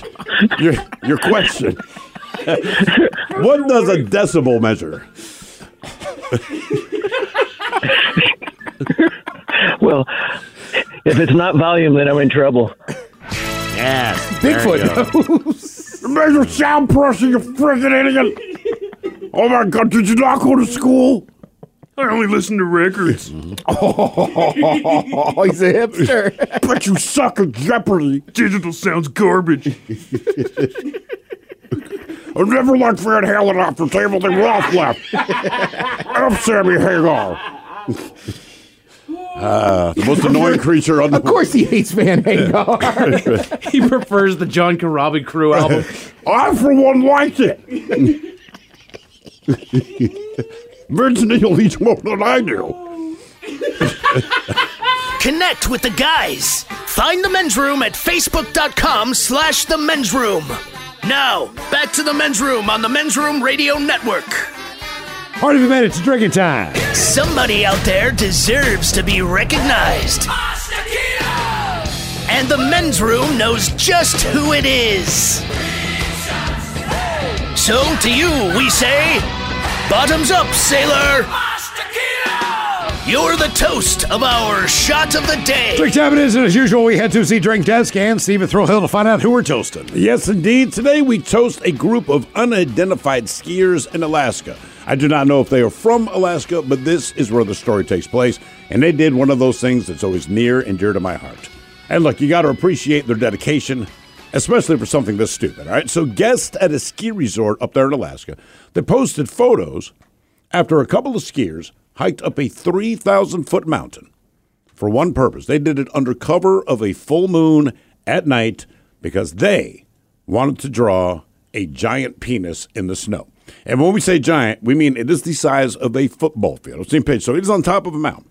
[SPEAKER 4] Your, your question What does a decibel measure?
[SPEAKER 18] well, if it's not volume, then I'm in trouble.
[SPEAKER 3] Yes.
[SPEAKER 20] Bigfoot
[SPEAKER 4] knows. Measure sound pressure, you freaking idiot. Oh my god, did you not go to school?
[SPEAKER 20] I only listen to records.
[SPEAKER 4] Oh,
[SPEAKER 20] he's a
[SPEAKER 4] hipster. but you suck at Jeopardy.
[SPEAKER 20] Digital sounds garbage.
[SPEAKER 4] I never liked Van Halen off the table. They were off left. I'm Sammy Hagar. Uh, the most annoying creature on the
[SPEAKER 6] Of course he hates Van Hagar.
[SPEAKER 19] he prefers the John Karabi Crew album.
[SPEAKER 4] I, for one, liked it. Vince Neil eats more than I do.
[SPEAKER 7] Connect with the guys. Find the men's room at facebook.com slash the men's room. Now, back to the men's room on the men's room radio network.
[SPEAKER 3] Party of the minute, it's drinking time.
[SPEAKER 7] Somebody out there deserves to be recognized. And the men's room knows just who it is. So to you, we say, bottoms up, sailor. You're the toast of our shot of the day.
[SPEAKER 3] Drink time it is, and as usual, we head to see Drink Desk and Steve at Thrill Hill to find out who we're toasting.
[SPEAKER 4] Yes, indeed. Today we toast a group of unidentified skiers in Alaska. I do not know if they are from Alaska, but this is where the story takes place, and they did one of those things that's always near and dear to my heart. And look, you got to appreciate their dedication, especially for something this stupid, all right? So, guests at a ski resort up there in Alaska, they posted photos after a couple of skiers hiked up a 3,000 foot mountain for one purpose. They did it under cover of a full moon at night because they wanted to draw a giant penis in the snow. And when we say giant, we mean it is the size of a football field. Same page. So it is on top of a mountain.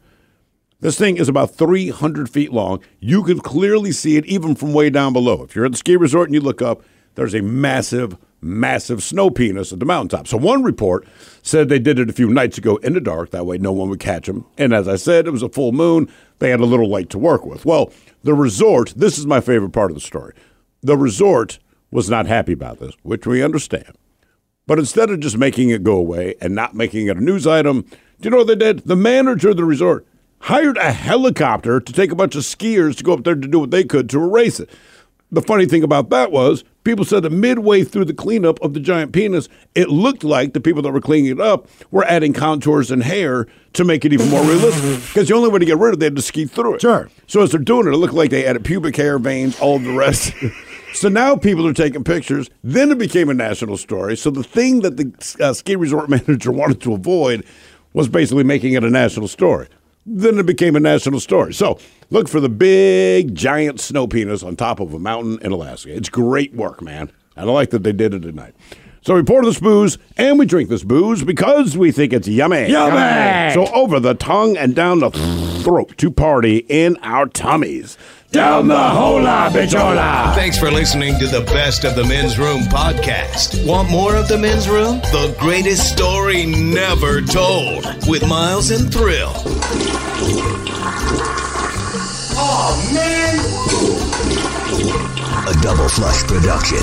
[SPEAKER 4] This thing is about 300 feet long. You can clearly see it even from way down below. If you're at the ski resort and you look up, there's a massive, massive snow penis at the mountaintop. So one report said they did it a few nights ago in the dark. That way no one would catch them. And as I said, it was a full moon. They had a little light to work with. Well, the resort, this is my favorite part of the story. The resort was not happy about this, which we understand. But instead of just making it go away and not making it a news item, do you know what they did? The manager of the resort hired a helicopter to take a bunch of skiers to go up there to do what they could to erase it. The funny thing about that was, people said that midway through the cleanup of the giant penis, it looked like the people that were cleaning it up were adding contours and hair to make it even more realistic. Because the only way to get rid of it, they had to ski through it. Sure. So as they're doing it, it looked like they added pubic hair, veins, all the rest. So now people are taking pictures. Then it became a national story. So the thing that the uh, ski resort manager wanted to avoid was basically making it a national story. Then it became a national story. So look for the big, giant snow penis on top of a mountain in Alaska. It's great work, man. And I like that they did it at night. So we pour this booze and we drink this booze because we think it's yummy.
[SPEAKER 3] Yummy!
[SPEAKER 4] So over the tongue and down the throat to party in our tummies. Down the hola, bitchola!
[SPEAKER 2] Thanks for listening to the Best of the Men's Room podcast. Want more of the Men's Room? The greatest story never told with Miles and Thrill.
[SPEAKER 20] Oh, man.
[SPEAKER 2] A double flush production.